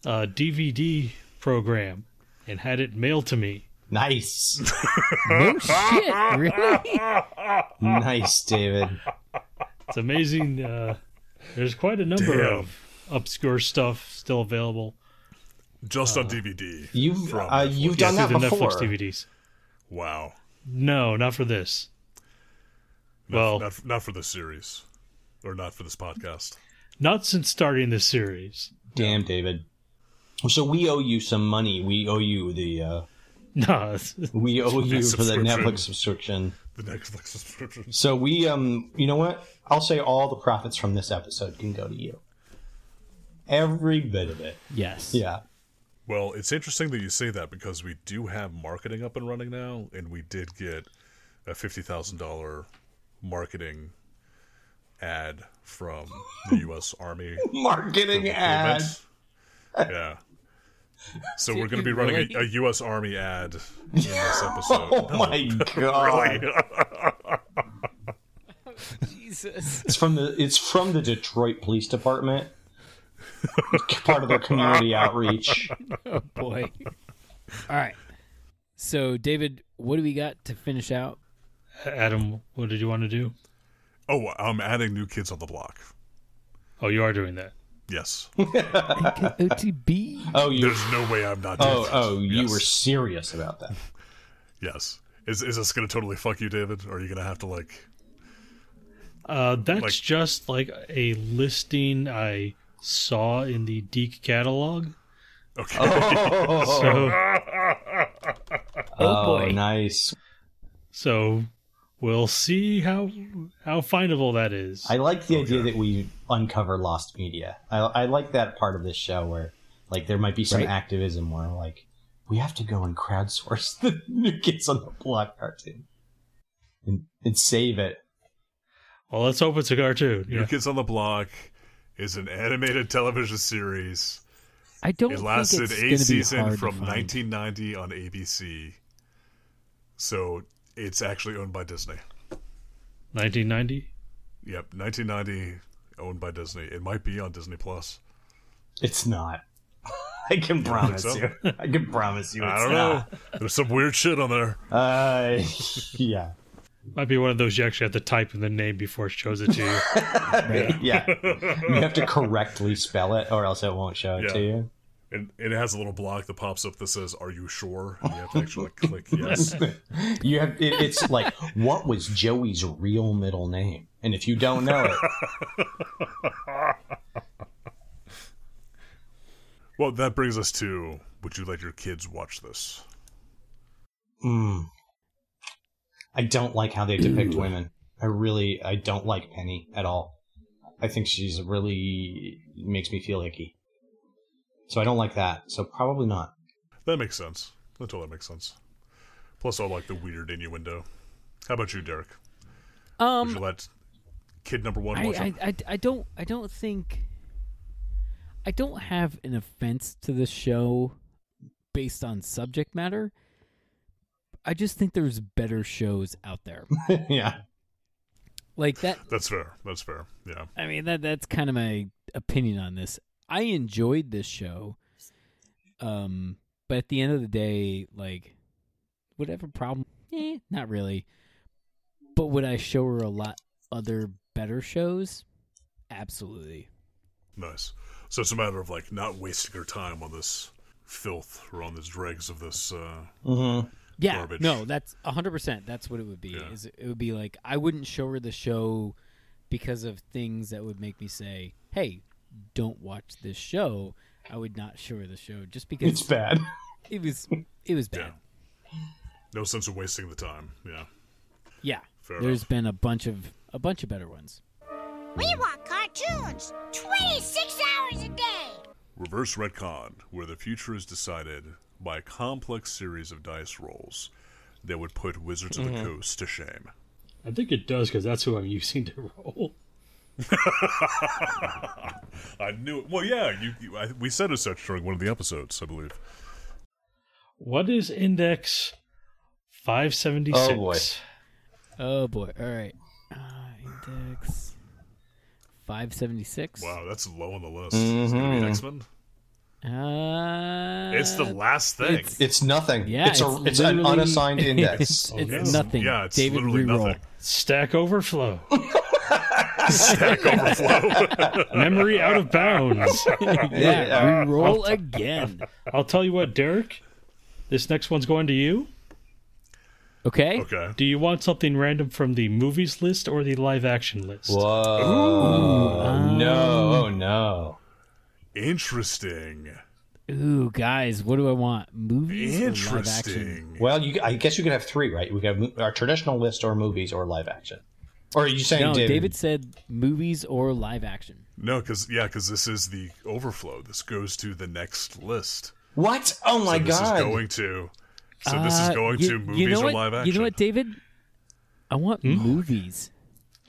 D: uh, DVD program and had it mailed to me.
F: Nice.
C: No shit, really?
F: nice, David.
D: It's amazing. Uh, there's quite a number
A: Damn.
D: of obscure stuff still available.
A: Just
F: Uh,
A: on DVD.
F: You've
A: From
F: uh,
A: Netflix.
F: you've
D: Yeah,
F: done
D: through
F: that
D: the
F: before.
D: Netflix DVDs.
A: Wow.
D: No, not for this.
A: Not,
D: well, not,
A: not, not for this series. Or not for this podcast.
D: since starting this series.
F: Damn, David. So we owe you some money. We owe you the uh,
D: No,
F: we owe you for the
A: Subscription.
F: Netflix subscription.
A: The Netflix subscriptions.
F: So we um you know what? I'll say all the profits from this episode can go to you. Every bit of it.
C: yes.
F: Yeah.
A: Well, it's interesting that you say that because we do have marketing up and running now, and we did get a fifty thousand dollar marketing ad from the U.S. Army.
F: Marketing ad.
A: Improvements. Yeah. So we're going to be running a, a U.S. Army ad in this episode.
F: Oh my god.
C: Jesus.
F: It's from the it's from the Detroit Police Department. It's part of their community outreach.
C: Oh boy. All right. So David, what do we got to finish out?
D: Adam, what did you want to do?
A: Oh, I'm adding new kids on the block.
D: Oh, you are doing that.
A: Yes.
C: OTB.
F: Oh, you
A: There's no way I'm not. Doing
F: oh
A: this.
F: oh you
A: Yes.
F: were serious about that.
A: Yes. Is is this going to totally fuck you, David? Or are you going to have to like?
D: Uh, that's
A: Like-
D: just like a listing I saw in the Deke catalog.
A: Okay.
D: Oh, So,
C: Oh, boy.
F: nice.
D: so we'll see how how findable that is.
F: I like the idea that we uncover lost media. I, I like that part of this show where, like, there might be some
C: Right.
F: activism where, like, we have to go and crowdsource the new kids on the block cartoon and, and save it.
D: well, let's hope it's a cartoon.
A: New
D: Yeah.
A: Kids on the Block is an animated television series.
C: I don't
A: It
C: think
A: lasted
C: it's
A: a
C: gonna be
A: season
C: hard to
A: from
C: find.
A: 1990 on ABC. So it's actually owned by Disney.
D: 1990.
A: Yep, 1990 owned by Disney. It might be on Disney Plus.
F: It's not. I can
A: don't
F: promise
A: think
F: you. I can promise you. It's
A: I don't
F: not.
A: know. There's some weird shit on there.
F: Uh, yeah.
D: Might be one of those you actually have to type in the name before it shows it to you.
F: Yeah. You have to correctly spell it or else it won't show it
A: Yeah.
F: to you.
A: And, and it has a little block that pops up that says, "Are you sure?" And you have to actually like, click yes.
F: You have it, it's like what was Joey's real middle name? And if you don't know it,
A: Well, that brings us to: Would you let your kids watch this?
F: Mm. I don't like how they depict women. I really, I don't like Penny at all. I think she's really makes me feel icky. So I don't like that. So probably not.
A: That makes sense. That totally makes sense. Plus, I like the weird innuendo. How about you, Derek?
C: Um,
A: Would you let kid number one
C: I,
A: watch
C: I,
A: it?
C: I, I don't I don't think I don't have an offense to the show based on subject matter. I just think there's better shows out there.
F: yeah.
C: like that
A: That's fair. That's fair. Yeah.
C: I mean that that's kind of my opinion on this. I enjoyed this show. Um but at the end of the day, like whatever problem eh, not really. But would I show her a lot other better shows? Absolutely.
A: Nice. So it's a matter of like not wasting her time on this filth or on these dregs of this. Uh...
F: Mm-hmm.
C: yeah,
A: garbage.
C: No, that's hundred percent. That's what it would be.
A: Yeah.
C: Is it would be like I wouldn't show her the show because of things that would make me say, "Hey, don't watch this show." I would not share the show just because
F: It's bad.
C: it was it was bad.
A: No sense of wasting the time. Yeah.
C: Yeah,
A: Fair
C: there's
A: enough.
C: been a bunch of a bunch of better ones.
G: We want cartoons 26 hours a day.
A: Reverse retcon, where the future is decided by a complex series of dice rolls that would put Wizards of
C: Mm-hmm.
A: the Coast to shame.
D: I think it does because that's who I'm using to roll.
A: I knew it. Well, yeah, you, you I, we said as such during one of the episodes, I believe.
D: What is index 576?
F: Oh, boy.
C: Oh boy! All right, uh, index five seventy six.
A: Wow, that's low on the list. It's going to be X Men.
C: Uh,
A: It's the last thing.
C: it's-
F: It's nothing.
C: yeah,
F: it's, a,
C: it's
F: it's an
C: literally-
F: unassigned index.
C: It's, it's
A: Yes.
C: nothing.
A: Yeah, it's
C: David
A: literally
C: reroll.
A: nothing.
D: Stack Overflow.
A: Stack Overflow.
D: Memory out of bounds.
C: Yeah,
F: Yeah.
C: reroll again.
D: I'll tell you what, Derek. This next one's going to you.
C: Okay.
A: okay.
D: Do you want something random from the movies list or the live action list?
F: Whoa.
C: Um,
F: no. Oh, no.
A: Interesting.
C: Ooh, guys, what do I want? Movies or live action?
A: Interesting.
F: Well, you, I guess you could have three, right? We could have mo- our traditional list or movies or live action. Or are you saying
C: No,
F: David?
C: David said movies or live action.
A: No, because yeah, because this is the overflow. This goes to the next list.
F: What? Oh, my
A: so this
F: God.
A: is going to. So this is
C: Uh,
A: going
C: you-
A: to
C: you
A: movies
C: know
A: or
C: what-
A: live action.
C: You know what, David? I want movies.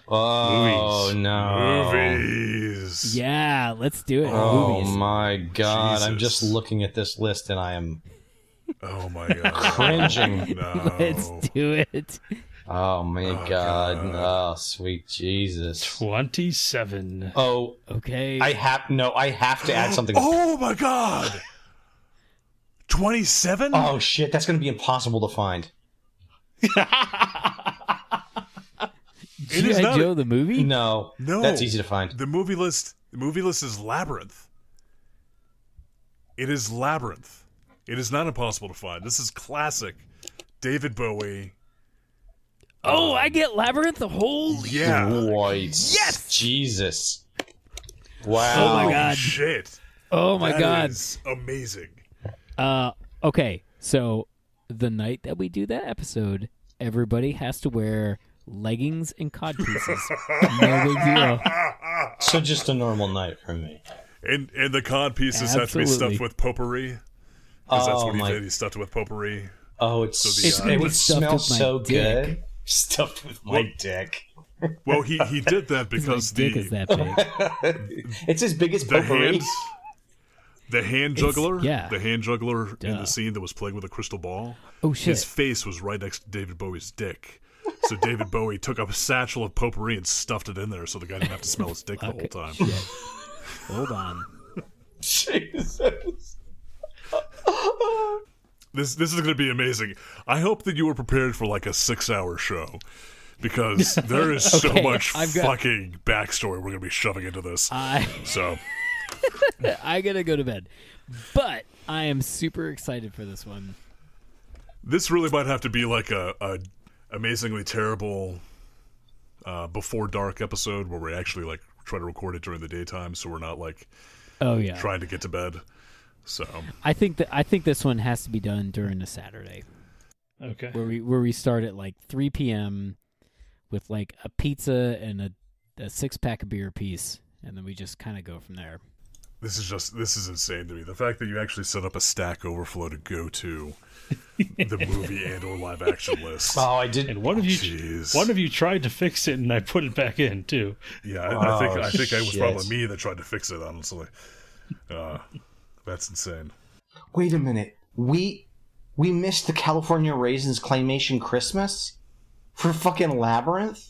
F: oh, no.
A: Movies.
C: Yeah, let's do it.
F: Oh,
C: movies.
F: my God. I'm
A: Jesus.
F: just looking at this list and I am
A: Oh my god.
F: cringing.
A: no.
C: Let's do it.
F: oh, my God. Oh, sweet Jesus.
D: 27.
F: Oh,
C: Okay.
F: I have no. I have to add something. Oh,
A: Oh my god.
F: Oh,
A: Twenty-seven.
F: shit, that's gonna be impossible to find.
A: it is
C: G.I.
A: not.
C: Joe the movie?
F: No,
A: No.
F: that's easy to find.
A: The movie list. The movie list is labyrinth. It is labyrinth. It is not impossible to find. This is classic. David Bowie.
C: Oh, I get Labyrinth. Holy Oh
A: Yeah.
F: Right.
C: Yes!
F: Jesus. Wow.
C: Oh my God.
A: Shit.
C: Oh my
A: That
C: god.
A: is amazing.
C: Uh okay. So the night that we do that episode, everybody has to wear leggings and cod pieces. no big deal.
F: So just a normal night for me.
A: And and the cod pieces have to be
C: Absolutely.
A: stuffed with potpourri. Because that's
F: Oh
A: what he
F: my.
A: did. He stuffed it with potpourri.
F: Oh, it's,
A: the, It's uh,
F: it
C: gonna be
F: would
C: stuffed
F: smell
C: with my
F: so
C: dick.
F: good. Stuffed with my dick.
A: Well, he, he did that
C: My
A: because the
C: dick is that big.
F: It's as big as
A: the
F: potpourri.
A: hand, the hand juggler,
C: yeah.
A: the hand juggler in
C: Duh.
A: the scene that was playing with a crystal ball.
C: Oh shit.
A: His face was right next to David Bowie's dick. So David Bowie took up a satchel of potpourri and stuffed it in there, so the guy didn't have to smell his dick the whole time.
C: Hold on.
F: Jesus.
A: This this is going to be amazing. I hope that you were prepared for like a six hour show because there is so
C: Okay,
A: much
C: I've got- Uh,
A: fucking backstory we're going to be shoving into this.
C: I
A: so
C: I gotta go to bed. But I am super excited for this one.
A: this really might have to be like a, a amazingly terrible uh, before dark episode where we actually like try to record it during the daytime so we're not like
C: Oh yeah.
A: trying to get to bed. So
C: I think that I think this one has to be done during a Saturday
D: Okay.
C: where we where we start at like 3 p.m. with like a pizza and a, a six pack of beer apiece, and then we just kind of go from there.
A: this is just this is insane to me. The fact that you actually set up a Stack Overflow to go to the movie and or live action list.
F: Oh, I did.
D: And one of you,
A: Jeez.
D: one of you tried to fix it, and I put it back in too.
A: Yeah, I, I think
F: Oh,
A: I think it was
F: shit.
A: probably me that tried to fix it. Honestly, uh, that's insane.
F: Wait a minute. We we missed the California Raisins claymation Christmas for fucking Labyrinth.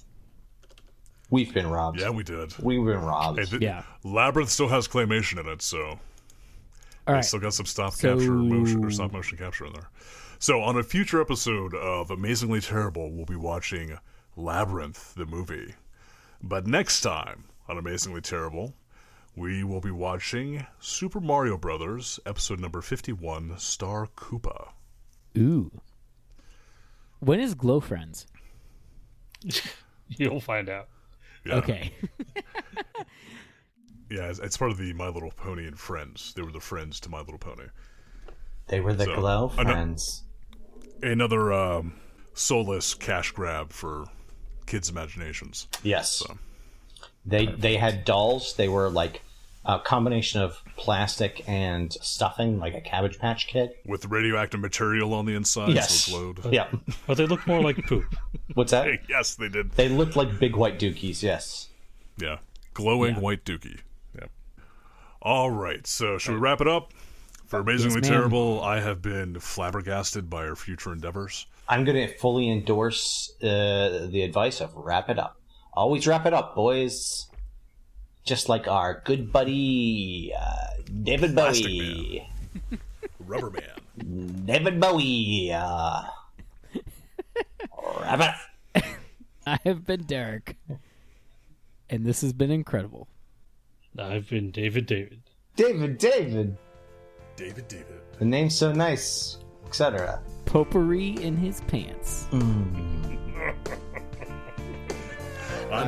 F: We've been robbed.
A: Yeah, we did.
F: We've been robbed.
A: Hey, th-
C: Yeah.
A: Labyrinth still has claymation in it, so
C: All
A: they
C: right.
A: still got some stop
C: So-
A: capture motion or stop motion capture in there. So on a future episode of Amazingly Terrible, we'll be watching Labyrinth the movie. But next time on Amazingly Terrible, we will be watching Super Mario Brothers episode number fifty-one, Star Koopa.
C: Ooh. When is Glow Friends?
D: You'll find out.
A: Yeah.
C: Okay.
A: Yeah, it's, it's part of the My Little Pony and Friends. They were the friends to My Little Pony.
F: They were the
A: So,
F: glow
A: I know-
F: friends.
A: Another um, soulless cash grab for kids' imaginations.
F: Yes. They they had dolls. They were like a combination of plastic and stuffing, like a Cabbage Patch Kid.
A: With radioactive material on the inside, so
F: Yes.
A: it's glowed.
F: Yeah.
D: But they look more like poop.
F: What's that?
A: Hey, yes, they did.
F: They looked like big white dookies. Yes.
A: Yeah. Glowing white dookie. Yeah. All right. So, should we wrap it up? For Amazingly
C: ma'am.
A: Terrible, I have been flabbergasted by our future endeavors.
F: I'm going to fully endorse uh, the advice of wrap it up. Always wrap it up, boys. Just like our good buddy uh, David
A: Plastic
F: Bowie.
A: Rubber Man.
F: David Bowie. Uh, wrap it up.
C: I have been Derek, and this has been incredible.
D: I've been David David.
F: David, David.
A: David, David.
F: The name's so nice, etc.
C: Potpourri in his pants.
A: I'm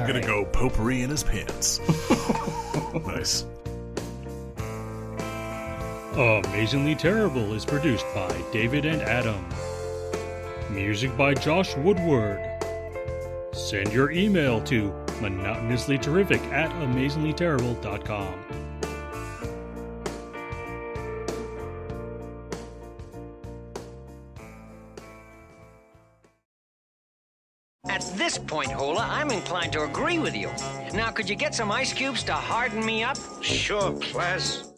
A: going to go potpourri in his pants. nice.
D: Amazingly Terrible is produced by David and Adam. Music by Josh Woodward. Send your email to monotonouslyterrific at amazinglyterrible.com.
H: At this point, Hola, I'm inclined to agree with you. Now, could you get some ice cubes to harden me up?
E: Sure, class.